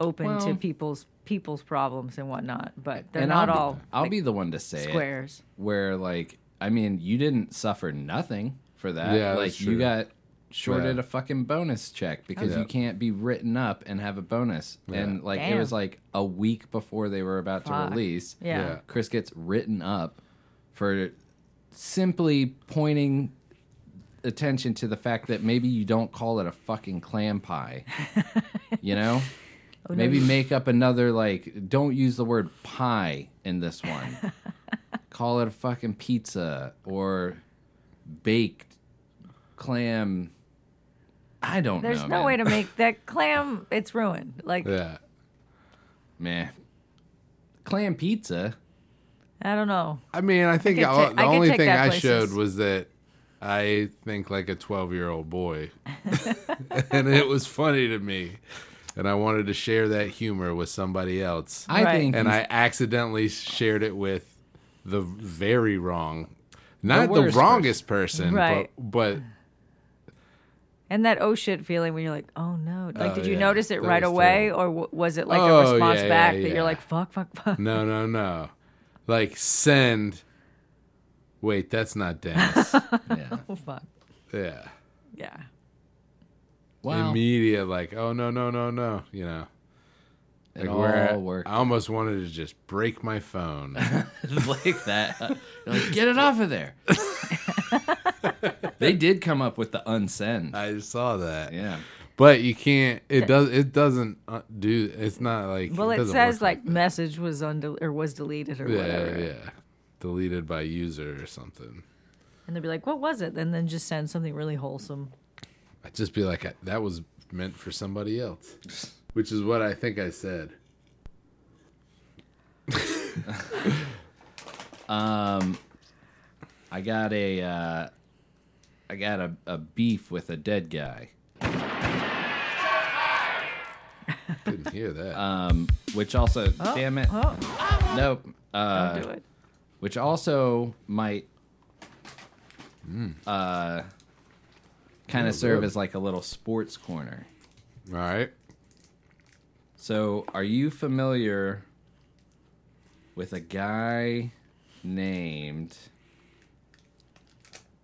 open to Well- people's people's problems and whatnot. But they're and not I'll be, all I'll like, be the one to say it. squares. Where like, I mean, you didn't suffer nothing for that. Yeah, that's like you true. got shorted Yeah. a fucking bonus check because Yeah. you can't be written up and have a bonus. And like it Damn. was like a week before they were about Fuck. to release. Yeah. Yeah. Chris gets written up for simply pointing attention to the fact that maybe you don't call it a fucking clam [laughs] pie. you know? Oh, maybe make up another like don't use the word pie in this [laughs] one. call it a fucking pizza or baked clam I don't There's know. no way to make that clam. It's ruined. Like Yeah. Meh. Clam pizza. I don't know. I mean, I think could all- ta- the I could only take thing that I places. showed was that I think like a 12 year old boy. [laughs] and it was funny to me. And I wanted to share that humor with somebody else. I Right. think and you I accidentally shared it with the very wrong, not the, worst wrongest person, Right. but, but And that oh shit feeling when you're like, oh no. Like, Oh, did you yeah. notice it That right was away, terrible. or w- was it like Oh, a response yeah, back yeah, that yeah. you're like, fuck, fuck, [laughs] fuck? no, no, no. Like, send. Wait, that's [laughs] not Dennis. [laughs] yeah. Oh fuck. yeah. Yeah. Wow. immediate like oh no no no no you know It Like, where I- all worked. I almost wanted to just break my [laughs] [laughs] phone. like that. Uh, You're like, get it off of there. they did come up with the unsend. I saw that. yeah. But you can't. It does. It doesn't uh, do. It's not like. Well, it doesn't says work like message was undel- or was deleted or that. whatever, yeah, yeah. Deleted by user or something. and they'd be like, what was it? And then just send something really wholesome. I'd just be like, I, that was meant for somebody else, which is what I think I said. I got a uh, I got a, a beef with a dead guy, Couldn't hear [laughs] that. Uh, which also damn it. Oh, Nope. Uh, don't do it. which also might uh, kind of serve good. as like a little sports corner. All right. So, are you familiar with a guy named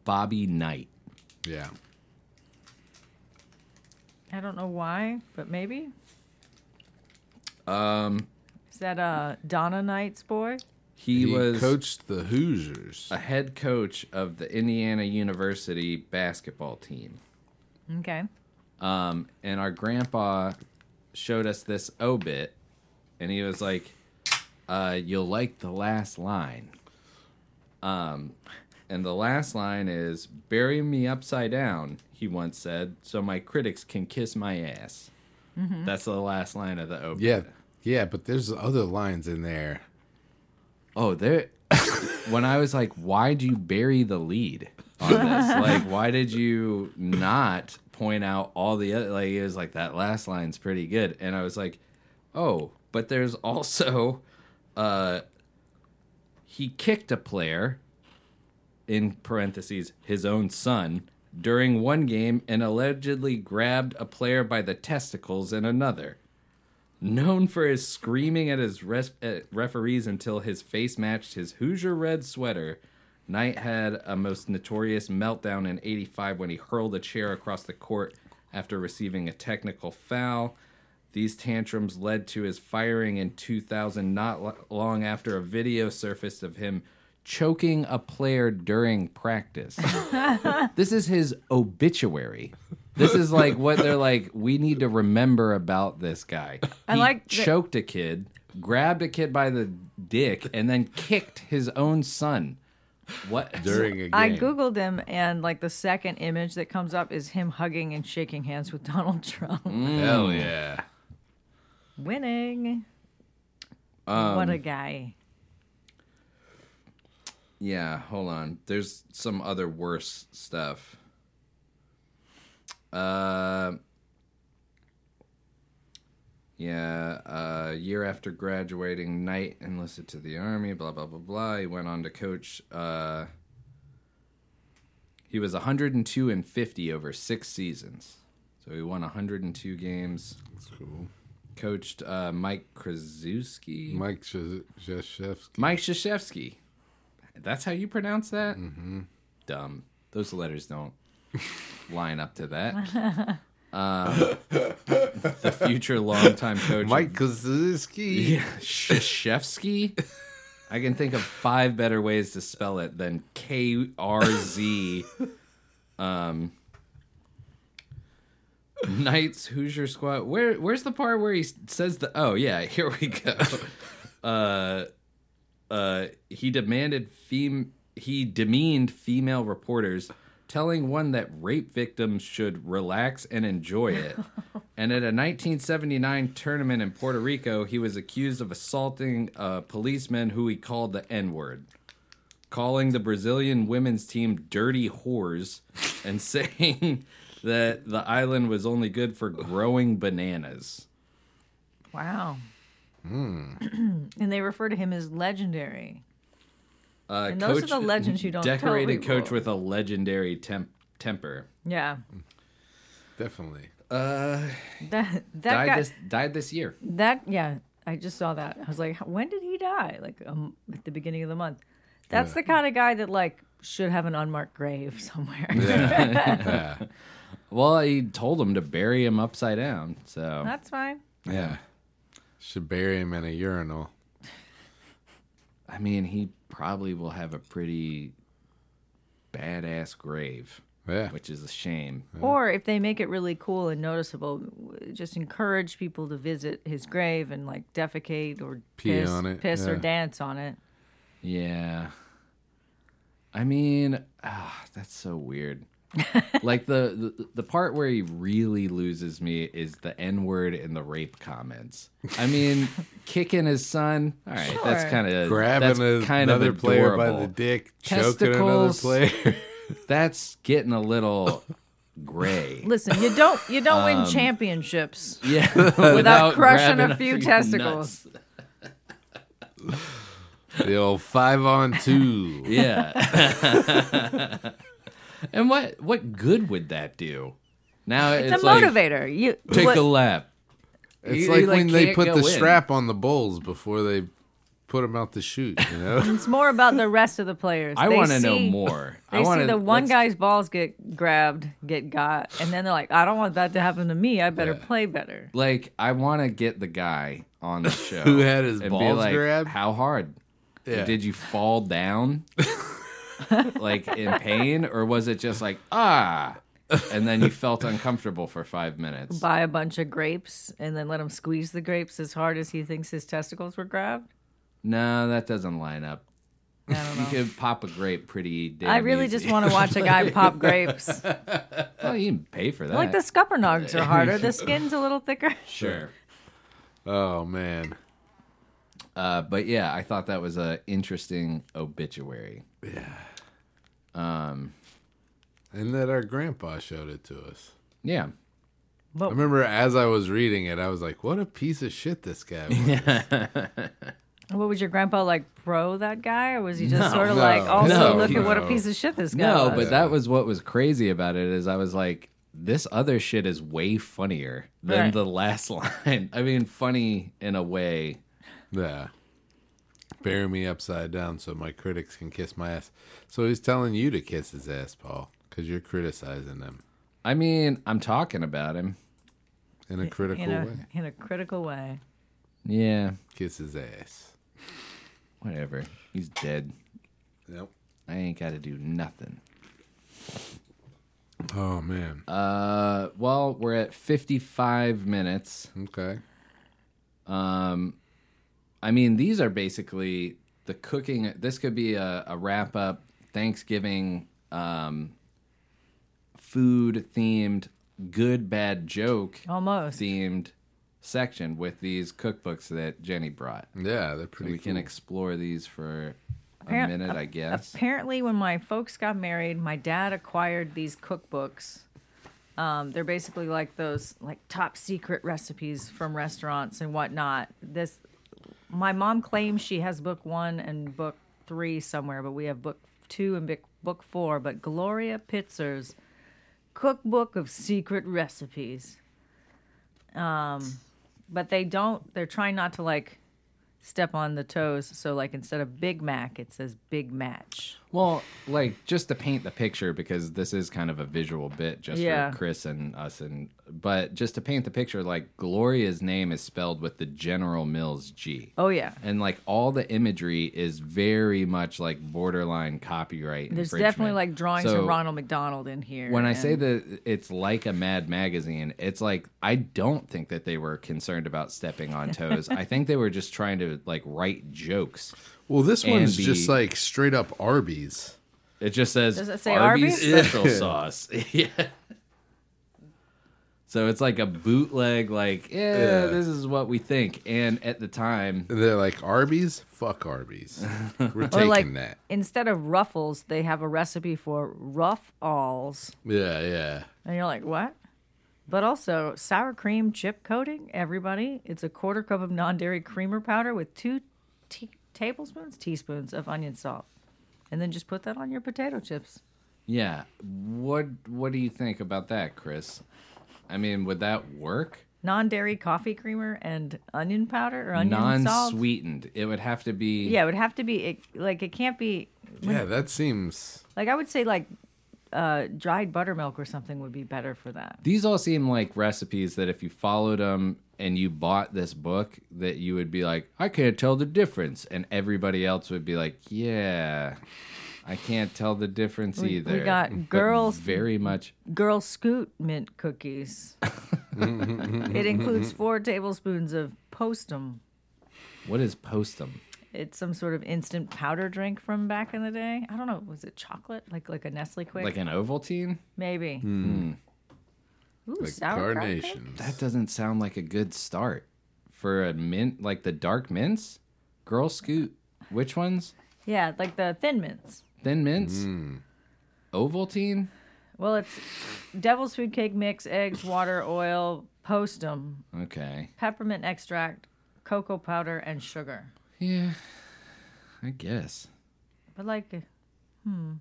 Bobby Knight? Yeah. I don't know why, but maybe. Um, Um. is that uh Donna Knight's boy? He, He was coached the Hoosiers. a head coach of the Indiana University basketball team. Okay. Um, and our grandpa showed us this obit, and he was like, uh, "You'll like the last line." Um, and the last line is, "Bury me upside down," he once said, "so my critics can kiss my ass." That's the last line of the obit. Yeah. Yeah, but there's other lines in there. Oh, there. [laughs] when I was like, "Why'd you bury the lead on this? like, why did you not point out all the other?" Like, it was like that last line's pretty good, and I was like, "Oh, but there's also, uh, he kicked a player." In parentheses, his own son during one game and allegedly grabbed a player by the testicles in another. known for his screaming at his res- at referees until his face matched his Hoosier red sweater. Knight had a most notorious meltdown in 85 when he hurled a chair across the court after receiving a technical foul. These tantrums led to his firing in 2000, not lo- long after a video surfaced of him choking a player during practice. this is his obituary. This is like what they're like, we need to remember about this guy. I He like that- choked a kid, grabbed a kid by the dick, and then kicked his own son. What? during a game. I googled him, and like the second image that comes up is him hugging and shaking hands with [laughs] Donald Trump, Hell yeah. winning. Um, what a guy! [laughs] Yeah, hold on. There's some other worse stuff. Uh, yeah, uh, year after graduating, Knight enlisted to the army, blah, blah, blah, blah. He went on to coach. Uh, he was 102 and 50 over six seasons. So he won 102 games. That's cool. Coached uh, Mike Krasuski. Mike Jeshevsky. Mike Shashevsky. That's how you pronounce that? Mm-hmm. Dumb. Those letters don't line up to that. um, the future longtime coach. of- [laughs] Mike Kaczynski. Yeah, Shashevsky. I can think of five better ways to spell it than K R Z. Um, Knights Hoosier Squad. Where where's the part where he says the? Oh yeah, here we go. Uh, uh, he demanded fem- he demeaned female reporters, telling one that rape victims should relax and enjoy it. [laughs] and at a 1979 tournament in Puerto Rico, he was accused of assaulting a policeman who he called the N word, calling the Brazilian women's team dirty whores, [laughs] and saying that the island was only good for growing bananas. Wow. hmm. [clears throat] and they refer to him as legendary. Uh, And those are the legends you don't tell Decorated people. coach with a legendary temp- temper. Yeah, Definitely. Uh, that that died guy. this died this year. That yeah, I just saw that. I was like, "How- when did he die? Like um, at the beginning of the month. That's the kind of guy that like should have an unmarked grave [laughs] somewhere. Yeah. Well, he told him to bury him upside down. So That's fine. yeah. Should bury him in a urinal. I mean, he probably will have a pretty badass grave, Yeah. which is a shame. Or if they make it really cool and noticeable, w- just encourage people to visit his grave and like defecate or Pee piss, on it, piss or yeah. dance on it. Yeah. I mean, ah, that's so [laughs] weird. like the, the the part where he really loses me is the N word in the rape comments. I [laughs] mean, kicking his son. All right, that's Sure. kind of Grabbing that's a, kind another of player by adorable. the dick, choking another Testicles. [laughs] player. That's getting a [laughs] little gray. Listen, you don't you don't Um, win championships. Yeah, without, crushing a grabbing few nuts. testicles. the old five on two. Yeah. [laughs] and what what good would that do? Now it's, It's, a like, motivator. You Take what- a lap. It's You- like, you, like, when they can't put go the in. strap on the bulls before they put them out to shoot. You know, it's more about the rest of the players. I They want to know see- more. They I want see the one guy's balls get grabbed, get got, and then they're like, "I don't want that to happen to me. I better play better." Like I want to get the guy on [laughs] the show Who had his and be balls like, grabbed? How hard? Yeah. [laughs] Did you fall [laughs] down? like in pain, or was it just like ah? And then you felt uncomfortable for five minutes. Buy a bunch of grapes and then let him squeeze the grapes as hard as he thinks his testicles were grabbed. No, that doesn't line up. I [laughs] don't know. You could pop a grape pretty damn I really easy. [laughs] just want to watch a guy pop grapes. Well, you can pay for that. Like the scuppernogs are [laughs] harder. The skin's a little thicker. Sure. oh man, Uh, but yeah, I thought that was a interesting obituary. and that our grandpa showed it to us. Yeah. I remember as I was reading it, I was like, "What a piece of shit [laughs] this guy!" Was. What was your grandpa like? Pro that guy, or was he just sort of No. like, also No. look at what a No. piece of shit this guy No, was? but that was what was crazy about it is I was like, this other shit is way funnier than Right. the last [laughs] line. I mean, funny in a way. Yeah. Bury me upside down so my critics can kiss my ass. So he's telling you to kiss his ass, Paul, because you're criticizing him I mean, I'm talking about him. in a critical in a, way. In a critical way. Yeah, Kiss his ass. whatever. He's dead. Nope. I ain't got to do nothing. Oh man. Uh, well, we're at 55 minutes. okay. I mean, these are basically the cooking. This could be a, a wrap up Thanksgiving um, food themed good bad joke Oh, Almost. themed section with these cookbooks that Jenny brought. Yeah, they're pretty. we can cool. explore these for a Appar- minute, I ap- guess. Apparently, when my folks got married, my dad acquired these cookbooks. Um, they're basically like those like top secret recipes from restaurants and whatnot. This, my mom claims she has book one and book three somewhere, but we have book two and book book four. But Gloria Pitzer's cookbook of secret recipes. Um, but they don't. They're trying not to like step on the toes. So like instead of Big Mac, it says Big Match. Well, like just to paint the picture because this is kind of a visual bit just Yeah. for Chris and us and but just to paint the picture like Gloria's name is spelled with the General Mills G. Oh yeah. And like all the imagery is very much like borderline copyright. There's infringement. definitely like drawings So, of Ronald McDonald in here. When I say and- that it's like a Mad magazine, it's like I don't think that they were concerned about stepping on toes. I think they were just trying to like write jokes. Well, this and one's be- just like straight up Arby's. It just says Does it say Arby's? special sauce. [laughs] yeah. So it's like a bootleg, like, yeah, Yeah. this is what we think. And at the time, And They're like Arby's. Fuck [laughs] Arby's. We're or taking like that. instead of ruffles, they have a recipe for rough alls, Yeah, yeah. and you're like, what? But also sour cream chip coating. Everybody, it's a quarter cup of non-dairy creamer powder with two te- tablespoons, teaspoons of onion salt, and then just put that on your potato chips. yeah. What what do you think about that, Chris? I mean, would that work? Non-dairy coffee creamer and onion powder or onion salt. Non-sweetened. It would have to be Yeah, it would have to be it, like it can't be Yeah, that seems. like I would say like uh, dried buttermilk or something would be better for that. These all seem like recipes that if you followed them and you bought this book, that you would be like, I can't tell the difference, and everybody else would be like, Yeah, I can't tell the difference We- we either. got But girls- very much. Girl Scoot mint cookies. it includes four tablespoons of postum. What is postum? It's some sort of instant powder drink from back in the day. I don't know. Was it chocolate? Like like a Nestle Quick? Like an Ovaltine? Maybe. Ooh, Like sauerkraut cake? carnations. That doesn't sound like a good start for a mint, like the dark mints. Girl Scoot, which ones? Yeah, like the Thin Mints. Thin mints. Ovaltine. Well, it's devil's food cake mix, eggs, water, oil, postum, Okay. peppermint extract, cocoa powder, and sugar. Yeah, I guess. But like, Man,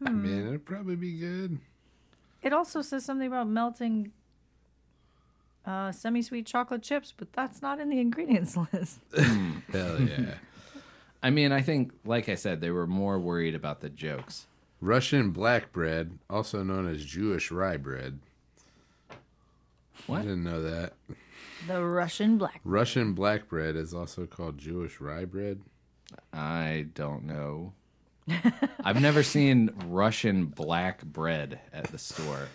it'd probably be [laughs] good. it also says something about melting uh, semi-sweet chocolate chips, but that's not in the ingredients [laughs] list. Hell yeah. I mean, I think, like I said, they were more worried about the jokes. Russian black bread, also known as Jewish rye bread. What? I didn't know that. The Russian black. Russian black bread is also called Jewish rye bread. I don't know. I've never seen Russian black bread at the store.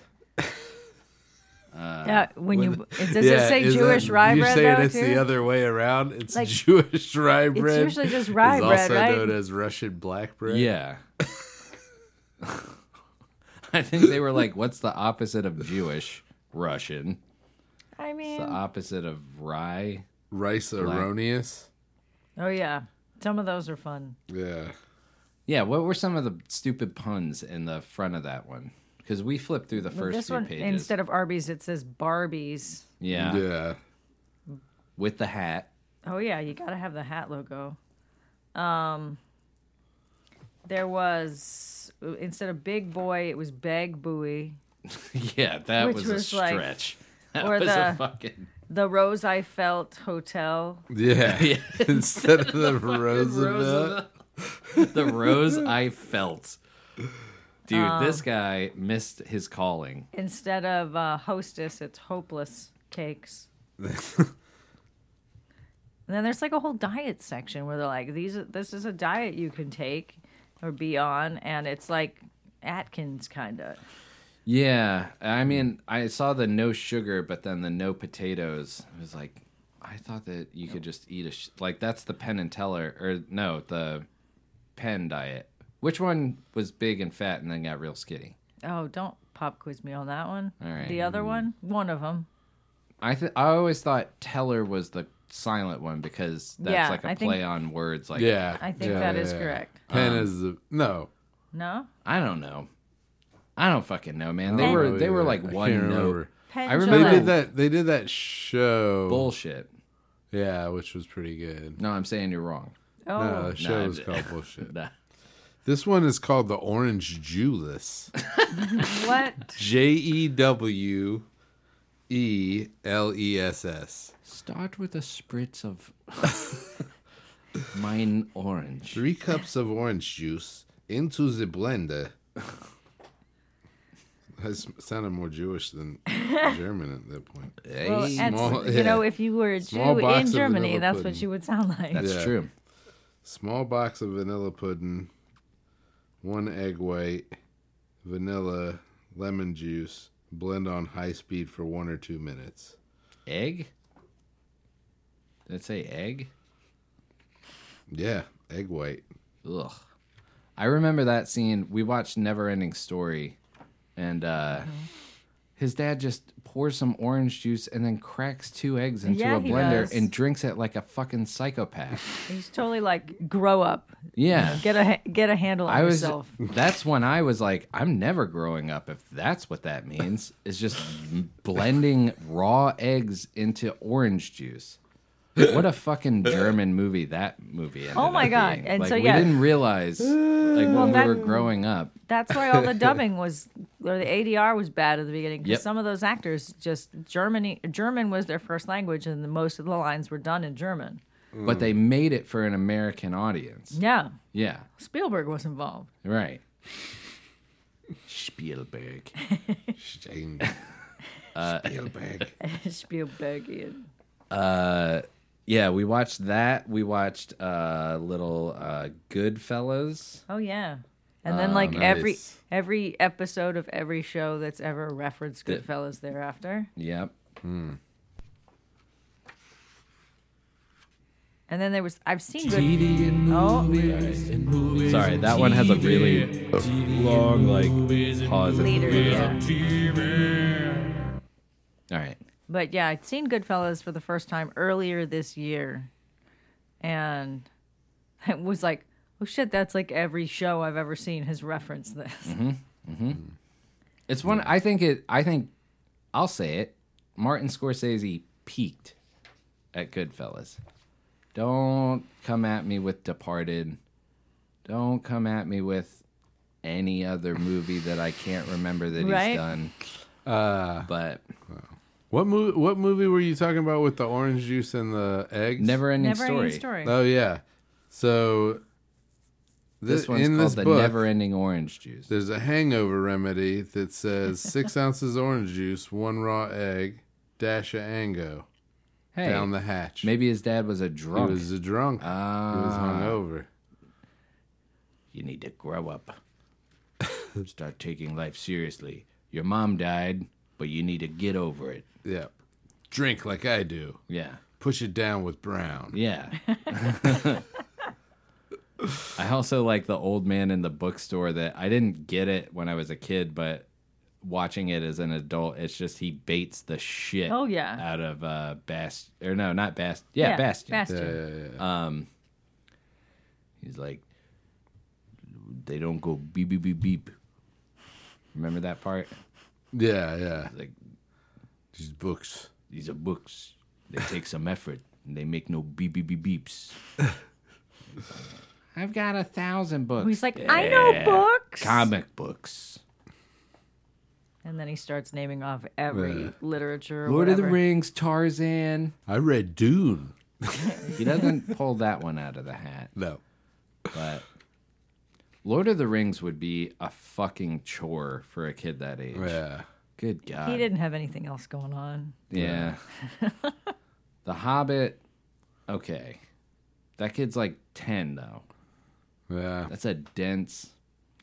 yeah, when you it, does it say is Jewish that- rye you're bread saying though it's too? the other way around. It's Like, Jewish [laughs] rye it's bread. usually just rye [laughs] It's bread, also right? known as Russian black bread. Yeah. [laughs] I think they were like, what's the opposite of Jewish? Russian. I mean, The opposite of rye? Rice erroneous. oh yeah, some of those are fun. Yeah. Yeah, what were some of the stupid puns in the front of that one? Because we flipped through the But first this few one pages. instead of Arby's, it says Barbies. yeah. Yeah. With the hat. [laughs] Oh yeah, you gotta have the hat logo. Um, uh, there was instead of big boy, it was bag buoy. yeah, that Which was, a was like- stretch. [laughs] That or was a the- [laughs] fucking [laughs] The Rose I Felt Hotel. [laughs] Yeah. Yeah. [laughs] Instead [laughs] of the Roosevelt. Roosevelt. the rose I felt. Dude, Um, this guy missed his calling. Instead of uh, hostess, it's hopeless [laughs] cakes. And then there's like a whole diet section where they're like, "These, are- this is a diet you can take or be on," and it's like Atkins kind of. Yeah, I Hmm. mean, I saw the no sugar, but then the no potatoes. I was like, I thought that you could just eat a sh- like that's the Penn and Teller or no the Penn diet. Which one was big and fat and then got real skinny? Oh, don't pop quiz me on that one. All right. The other one, one of them. I th- I always thought Teller was the silent one because that's Yeah, like a I think- play on words. Like Yeah. I think yeah, Um, that is yeah. correct. Penn is the no. No, I don't know. I don't fucking know, man. They don't were know they were either. like Oh, I one can't note remember. Penn I remember They Jillette. did that. They did that show. bullshit. Yeah, which was pretty good. No, I'm saying you're wrong. Oh, No, the show I'm is j- called bullshit. Nah. This one is called the Orange Jewless. what? J E W E L E S S. Start with a spritz [laughs] of mine orange. Three cups of orange juice into the blender. I s- sounded more Jewish than German at that point. Well, Hey. and [laughs] small- you know, yeah. if you were a Small Jew box in of Germany, vanilla that's what pudding. you would sound [laughs] like. That's yeah. true. Small box of vanilla pudding, one egg white, vanilla, lemon juice. Blend on high speed for one or two minutes. Egg? Did it say egg? Yeah, egg white. Ugh. I remember that scene. We watched Never Ending Story, and uh, Mm-hmm. his dad just pours some orange juice and then cracks two eggs into Yeah, a he blender does. and drinks it like a fucking psychopath. He's totally like, grow up, Yeah. get a ha- get a handle on I was. yourself. [laughs] That's when I was like, I'm never growing up if that's what that means. Is just blending raw eggs into orange juice. What a fucking German movie that movie. ended Oh my up God. being. And Like, so, we yeah. didn't realize like when that- we were growing up. That's [laughs] why all the dubbing was, or the ADR was bad at the beginning. 'cause Yep. Some of those actors just Germany German was their first language, and the, most of the lines were done in German. but they made it for an American audience. Yeah, Yeah, Spielberg [laughs] was involved. right. Spielberg. [laughs] Shame. Uh, Spielberg. Spielbergian. Yeah, we watched that. We watched uh, little uh, Goodfellas. Oh yeah. And Oh, then like every nice. every episode of every show that's ever referenced Goodfellas thereafter. Yep. And then there was I've seen Good TV and Oh. movies. Sorry, that one has a really long like pause. Leader, yeah. All right. But yeah, I'd seen Goodfellas for the first time earlier this year, and [laughs] it was like, oh shit, that's like every show I've ever seen has referenced this. [laughs] It's one I think it I think I'll say it. Martin Scorsese peaked at Goodfellas. Don't come at me with Departed. Don't come at me with any other movie that I can't remember that Right? he's done. Uh, but What movie? What movie were you talking about with the orange juice and the eggs? Never Ending Never Story. ending story. Oh yeah. So This thi- one's in called this The book, Never Ending Orange Juice. there's a hangover remedy that [laughs] says six ounces orange juice, one raw egg, dash of ango Hey, down the hatch. maybe his dad was a he drunk. Ah. was a drunk. he was hungover. you need to grow up. [laughs] Start taking life seriously. Your mom died, but you need to get over it. Yeah. Drink like I do. Yeah. Push it down with brown. Yeah. [laughs] I also like the old man in the bookstore that I didn't get it when I was a kid, but watching it as an adult, it's just he baits the shit Oh, yeah. out of uh Bast or no, not Bast yeah, Bastion. He's like they don't go beep beep beep beep. Remember that part? Yeah, yeah. Like These books. These are books. They take some effort. And they make no beep beep beep beeps. [laughs] I've got a thousand books. He's like, I know books. Comic books. And then he starts naming off every Yeah. literature. or Lord of the whatever. Rings, Tarzan. I read Dune. He [laughs] doesn't pull that one out of the hat, No. but Lord of the Rings would be a fucking chore for a kid that age. Yeah. good God. He didn't have anything else going on. Yeah. [laughs] the Hobbit, okay. That kid's like 10, though. Yeah. That's a dense.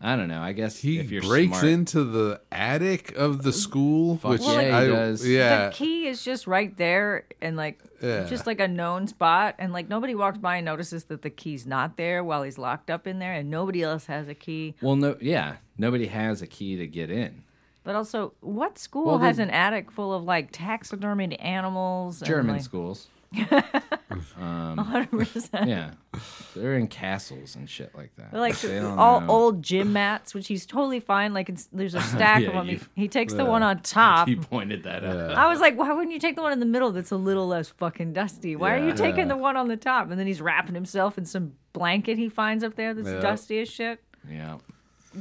I don't know. I guess He if you're breaks smart, into the attic of the school, which yeah, he I, does. yeah, The key is just right there and like Yeah. just like a known spot and like nobody walks by and notices that the key's not there while he's locked up in there and nobody else has a key. Well, no, yeah. Nobody has a key to get in. But also, what school Well, the- has an attic full of like taxidermied animals? German and, schools. like, [laughs] 100%. Yeah. They're in castles and shit like that. But, Like They don't all know. old gym mats, which he's totally fine. Like it's, [laughs] there's a stack Yeah, of them. He, you- he takes the one on [laughs] top. [laughs] He pointed that out. I was like, why wouldn't you take the one in the middle that's a little less fucking dusty? Why are you Yeah. taking the one on the top? And then he's wrapping himself in some blanket he finds up there that's Yeah. dusty as shit. Yeah.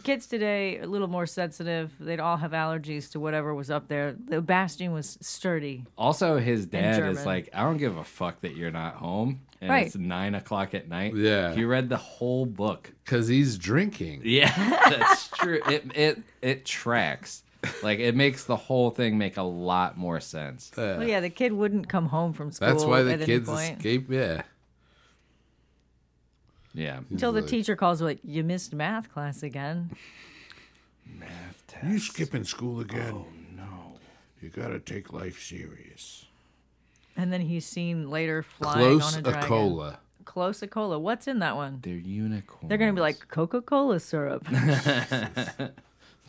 Kids today are a little more sensitive. They'd all have allergies to whatever was up there. The Bastion was sturdy. Also, his dad German. is like, I don't give a fuck that you're not home. And Right. it's nine o'clock at night. Yeah. He read the whole book. because he's drinking. Yeah, [laughs] that's true. It it it tracks. Like it makes the whole thing make a lot more sense. Yeah. Well, yeah, the kid wouldn't come home from school. That's why the at any kids point. escape. Yeah, [laughs] Yeah. Until the Like- teacher calls, like, you missed math class again. You skipping school again? Oh no. You gotta take life serious. And then he's seen later flying close on a a dragon. cola. Close a cola. What's in that one? They're unicorns. They're going to be like Coca Cola [laughs] syrup.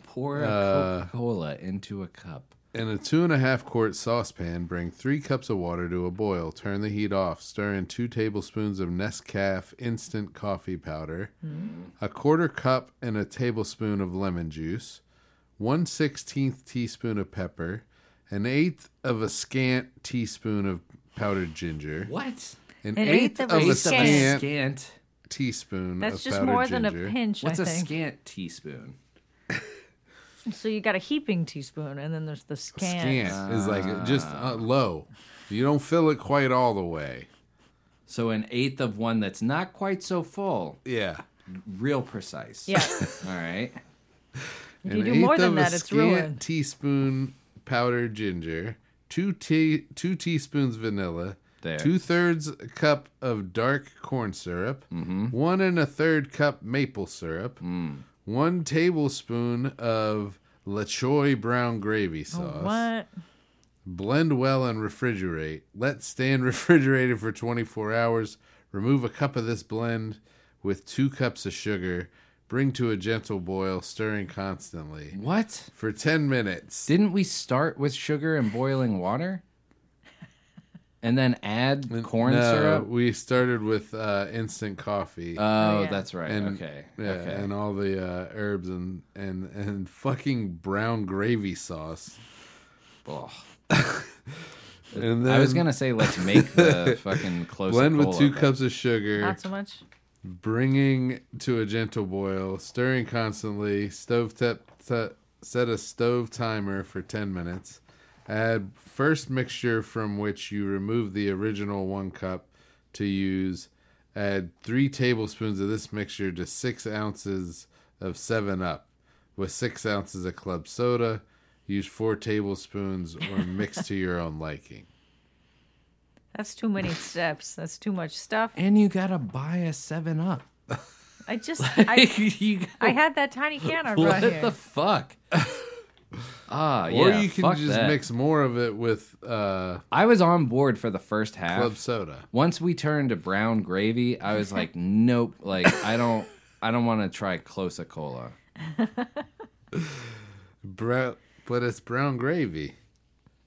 pour a Uh, Coca Cola into a cup. In a two and a half quart saucepan, bring three cups of water to a boil. Turn the heat off. Stir in two tablespoons of Nescaf instant coffee powder, a quarter cup and a tablespoon of lemon juice, one sixteenth teaspoon of pepper, an eighth of a scant teaspoon of powdered ginger, What? an, An eighth, of, a Scant. scant, Scant. teaspoon That's of just powdered more than ginger. a pinch, What's I a think. scant teaspoon? So you got a heaping teaspoon, and then there's the scan. Scant is like just uh, low. You don't fill it quite all the way. So an eighth of one that's not quite so full. Yeah. Real precise. [laughs] Yeah. [laughs] All right. If you do more than that, it's ruined. teaspoon powdered ginger, two tea, two teaspoons vanilla, There. two thirds cup of dark corn syrup, one and a third cup maple syrup, one tablespoon of LaChoy brown gravy sauce. Oh, What? Blend well and refrigerate. Let stand [laughs] refrigerated for 24 hours. Remove a cup of this blend with two cups of sugar. Bring to a gentle boil, stirring constantly What? for 10 minutes. Didn't we start with sugar and boiling water? And then add corn No, syrup? We started with uh, instant coffee. Oh, yeah. that's right. and, okay. Yeah, okay. and all the uh, herbs and, and, and fucking brown gravy sauce. Ugh. And then I was gonna say let's make [laughs] the fucking close. blend with cola, two but- cups of sugar. Not so much. bringing to a gentle boil, stirring constantly, stove tep, te- set a stove timer for 10 minutes. Add first mixture from which you remove the original one cup to use. Add three tablespoons of this mixture to six ounces of 7 Up with six ounces of club soda. Use four tablespoons or mix to your own liking. That's too many steps. That's too much stuff. And you gotta buy a Seven Up. I [laughs] just, I, [laughs] you gotta- I had that tiny can I what brought here. the fuck? Ah, [laughs] Or yeah. you can fuck just that. mix more of it with uh, I was on board for the first half. club soda. Once we turned to brown gravy, I was like, nope. Like I don't, I don't want to try Close a Cola. Bro, but it's brown gravy.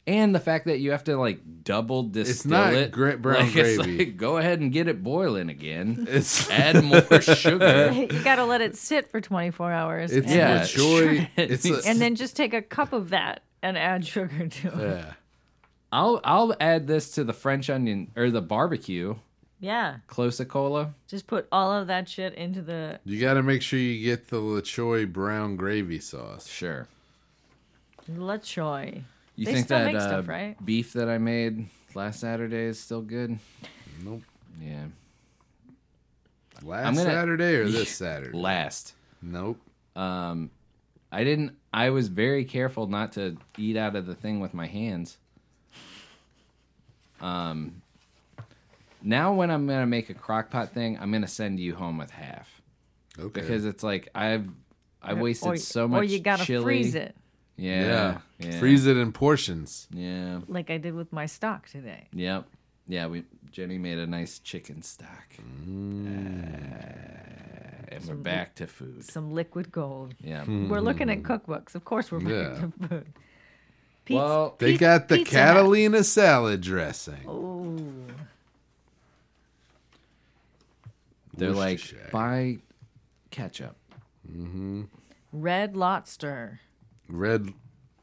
And the fact that you have to like double distill not it. gra- brown Like, it's gravy. like, go ahead and get it boiling [laughs] again. [laughs] It's Add more sugar. [laughs] you got to let it sit for 24 hours. it's and, Yeah. yeah, LaChoy. It's a, [laughs] and then just take a cup of that and add sugar to it. yeah. I'll I'll add this to the French onion or the barbecue Yeah. close a cola. Just put all of that shit into the. You got to make sure you get the LaChoy brown gravy sauce. Sure. Lechoy. You They think still that make uh, stuff, right? beef that I made last Saturday is still good? Nope. Yeah. Last I'm gonna- Saturday or this Saturday? Last. Nope. I didn't. I was very careful not to eat out of the thing with my hands. Um, now when I'm gonna make a crock pot thing, I'm gonna send you home with half Okay. because it's like I've I wasted or, so much. Or you gotta chili. freeze it, Yeah, yeah. yeah, Freeze it in portions. Yeah, like I did with my stock today. yep, yeah. We Jenny made a nice chicken stock, Mm. Uh, and we're back to food. Some liquid gold. Yeah. Hmm. We're looking at cookbooks. Of course, we're Yeah. making food. Pizza, Well, They Pizza- got the Pizza Hut. Catalina salad dressing. they're like Worcestershire. buy ketchup. red lobster, Red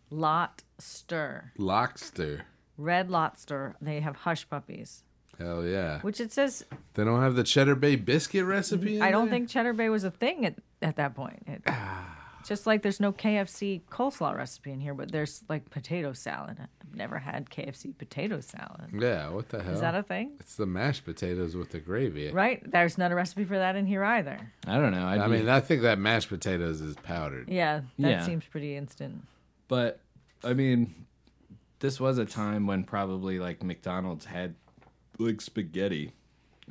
lobster, lobster. red lobster. They have hush puppies, Hell yeah. which it says. They don't have the Cheddar Bay biscuit recipe. In I don't there? think Cheddar Bay was a thing at, at that point. It, [sighs] just like there's no KFC coleslaw recipe in here, but there's like potato salad. I've never had KFC potato salad. Yeah, what the hell? Is that a thing? it's the mashed potatoes with the gravy. Right? There's not a recipe for that in here either. I don't know. I'd I be- mean, I think that mashed potatoes is powdered. Yeah, that Yeah. seems pretty instant. But I mean, this was a time when probably like McDonald's had like spaghetti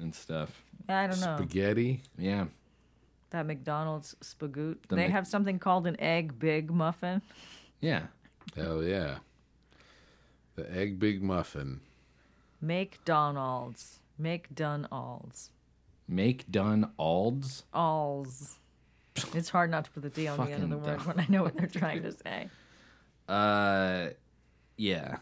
and stuff. I don't know. Spaghetti. Yeah. That McDonald's spagoot. The they Mc- have something called an egg big muffin. Yeah. Hell yeah. The egg big muffin. McDonald's. McDonald's. Make done alds. Alls. It's hard not to put the D on the end of the Fucking word when I know what they're trying to say. Uh yeah.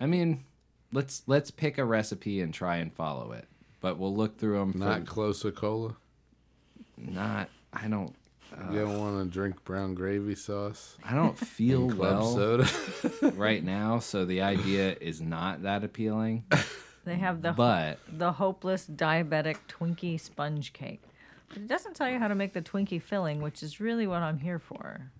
I mean, let's let's pick a recipe and try and follow it. But we'll look through them Not for close with cola. not I don't You don't want to drink brown gravy sauce. I don't feel Club well soda. [laughs] right now, so the idea is not that appealing. They have the But the hopeless diabetic Twinkie sponge cake. But it doesn't tell you how to make the Twinkie filling, which is really what I'm here for.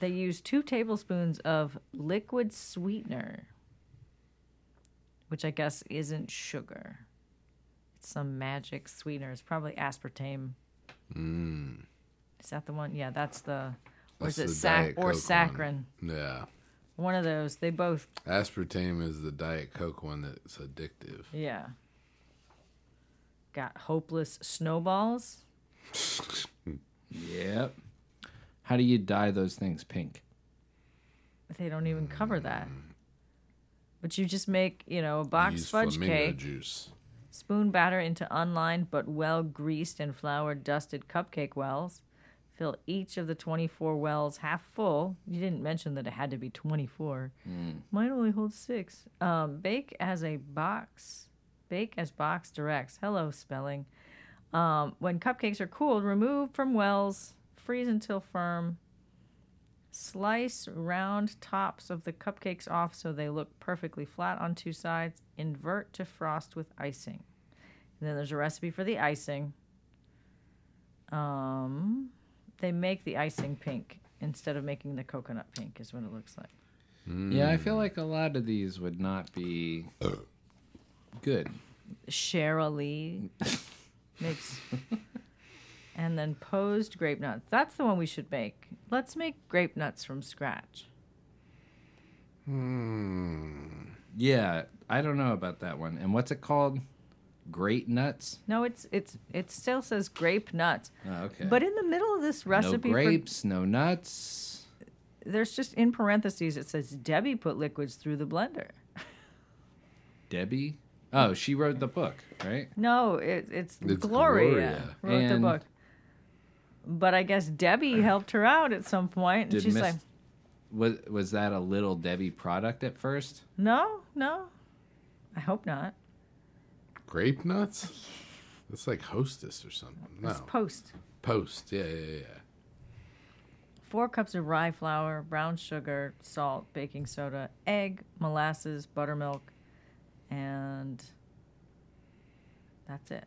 They use two tablespoons of liquid sweetener, which I guess isn't sugar. It's some magic sweetener. It's probably aspartame. Is that the one? Yeah, that's the. Or Mm. is That's it the sac Diet or Coke saccharin? one. Yeah. One of those. They both Aspartame is the Diet Coke one that's addictive. Yeah. Got hopeless snowballs. yep. How do you dye those things pink? They don't even cover that. But you just make, you know, a box Mm. Use fudge flamingo cake, juice. spoon batter into unlined but well greased and floured dusted cupcake wells. Fill each of the 24 wells half full. You didn't mention that it had to be 24. Mine only holds six. Um, bake as a box. Bake as box directs. Hello, spelling. Um, when cupcakes are cooled, remove from wells, freeze until firm. Slice round tops of the cupcakes off so they look perfectly flat on two sides. Invert to frost with icing. And then there's a recipe for the icing. Um, they make the icing pink instead of making the coconut pink, is what it looks like. Yeah, I feel like a lot of these would not be good. Cheryl Lee makes. and then posed grape nuts. That's the one we should make. Let's make grape nuts from scratch. Hmm. Yeah, I don't know about that one. And what's it called? Great nuts. No, it's it's it still says grape nuts. Oh, okay. But in the middle of this no recipe grapes, no nuts. for there's just in parentheses it says Debbie put liquids through the blender. Debbie. Oh, she wrote the book, right? No, it, it's, It's Gloria, Gloria. wrote the And- book. But I guess [clears throat] Debbie helped her out at some point, and Did she's Miss like, was was that a little Debbie product at first? "No, no, I hope not." Grape nuts? That's like hostess or something. No. It's post. Post. Yeah, yeah, yeah. Four cups of rye flour, brown sugar, salt, baking soda, egg, molasses, buttermilk, and that's it.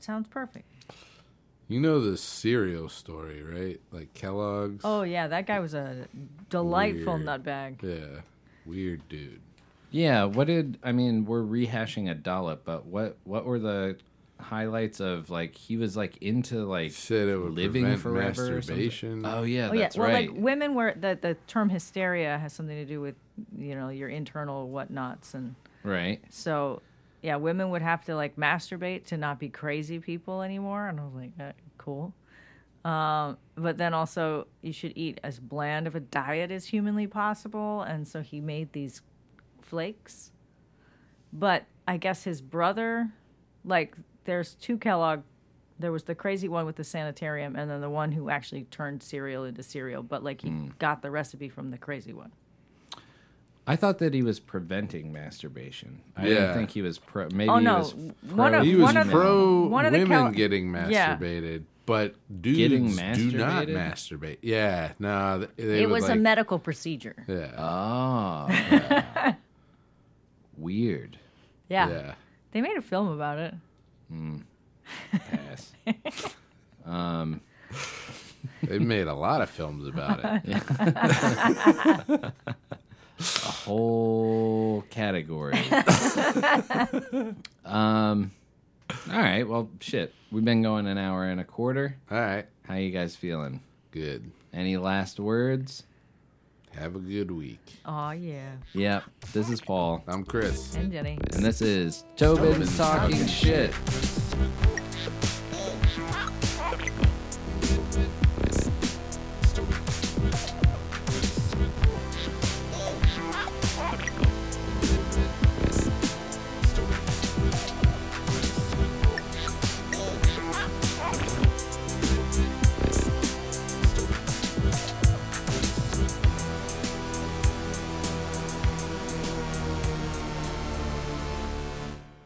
Sounds perfect. You know the cereal story, right? Like Kellogg's. Oh yeah, that guy was a delightful Weird. nutbag. Yeah. Weird dude. Yeah, what did I mean? We're rehashing a dollop, but what what were the highlights of like he was like into like Said it would living prevent forever or something? masturbation. Oh yeah, Oh yeah, that's well, right. like women were the the term hysteria has something to do with you know your internal whatnots, and right. so yeah, women would have to like masturbate to not be crazy people anymore, and I was like, uh, cool. Um, but then also you should eat as bland of a diet as humanly possible, and so he made these flakes. But I guess his brother, like, there's two Kellogg. There was the crazy one with the sanitarium, and then the one who actually turned cereal into cereal. But like, he Hmm. got the recipe from the crazy one. I thought that he was preventing masturbation. I Yeah. didn't think he was pro. Maybe Oh, he no. was One pro- of- He was one of the- pro one of the women Cal- getting Yeah. masturbated, but dudes Getting do not masturbated? masturbate. Yeah, no, th- they It would, was a like- medical procedure. Yeah, Oh, [laughs] weird. Yeah. yeah. they made a film about it. Pass. They made a lot of films about [laughs] it. Whole category. um. All right. Well, shit. We've been going an hour and a quarter. All right, How you guys feeling? good. Any last words? Have a good week. Oh yeah, Yep. This is Paul, I'm Chris. and Jenny. and this is Tobin's Talking Shit.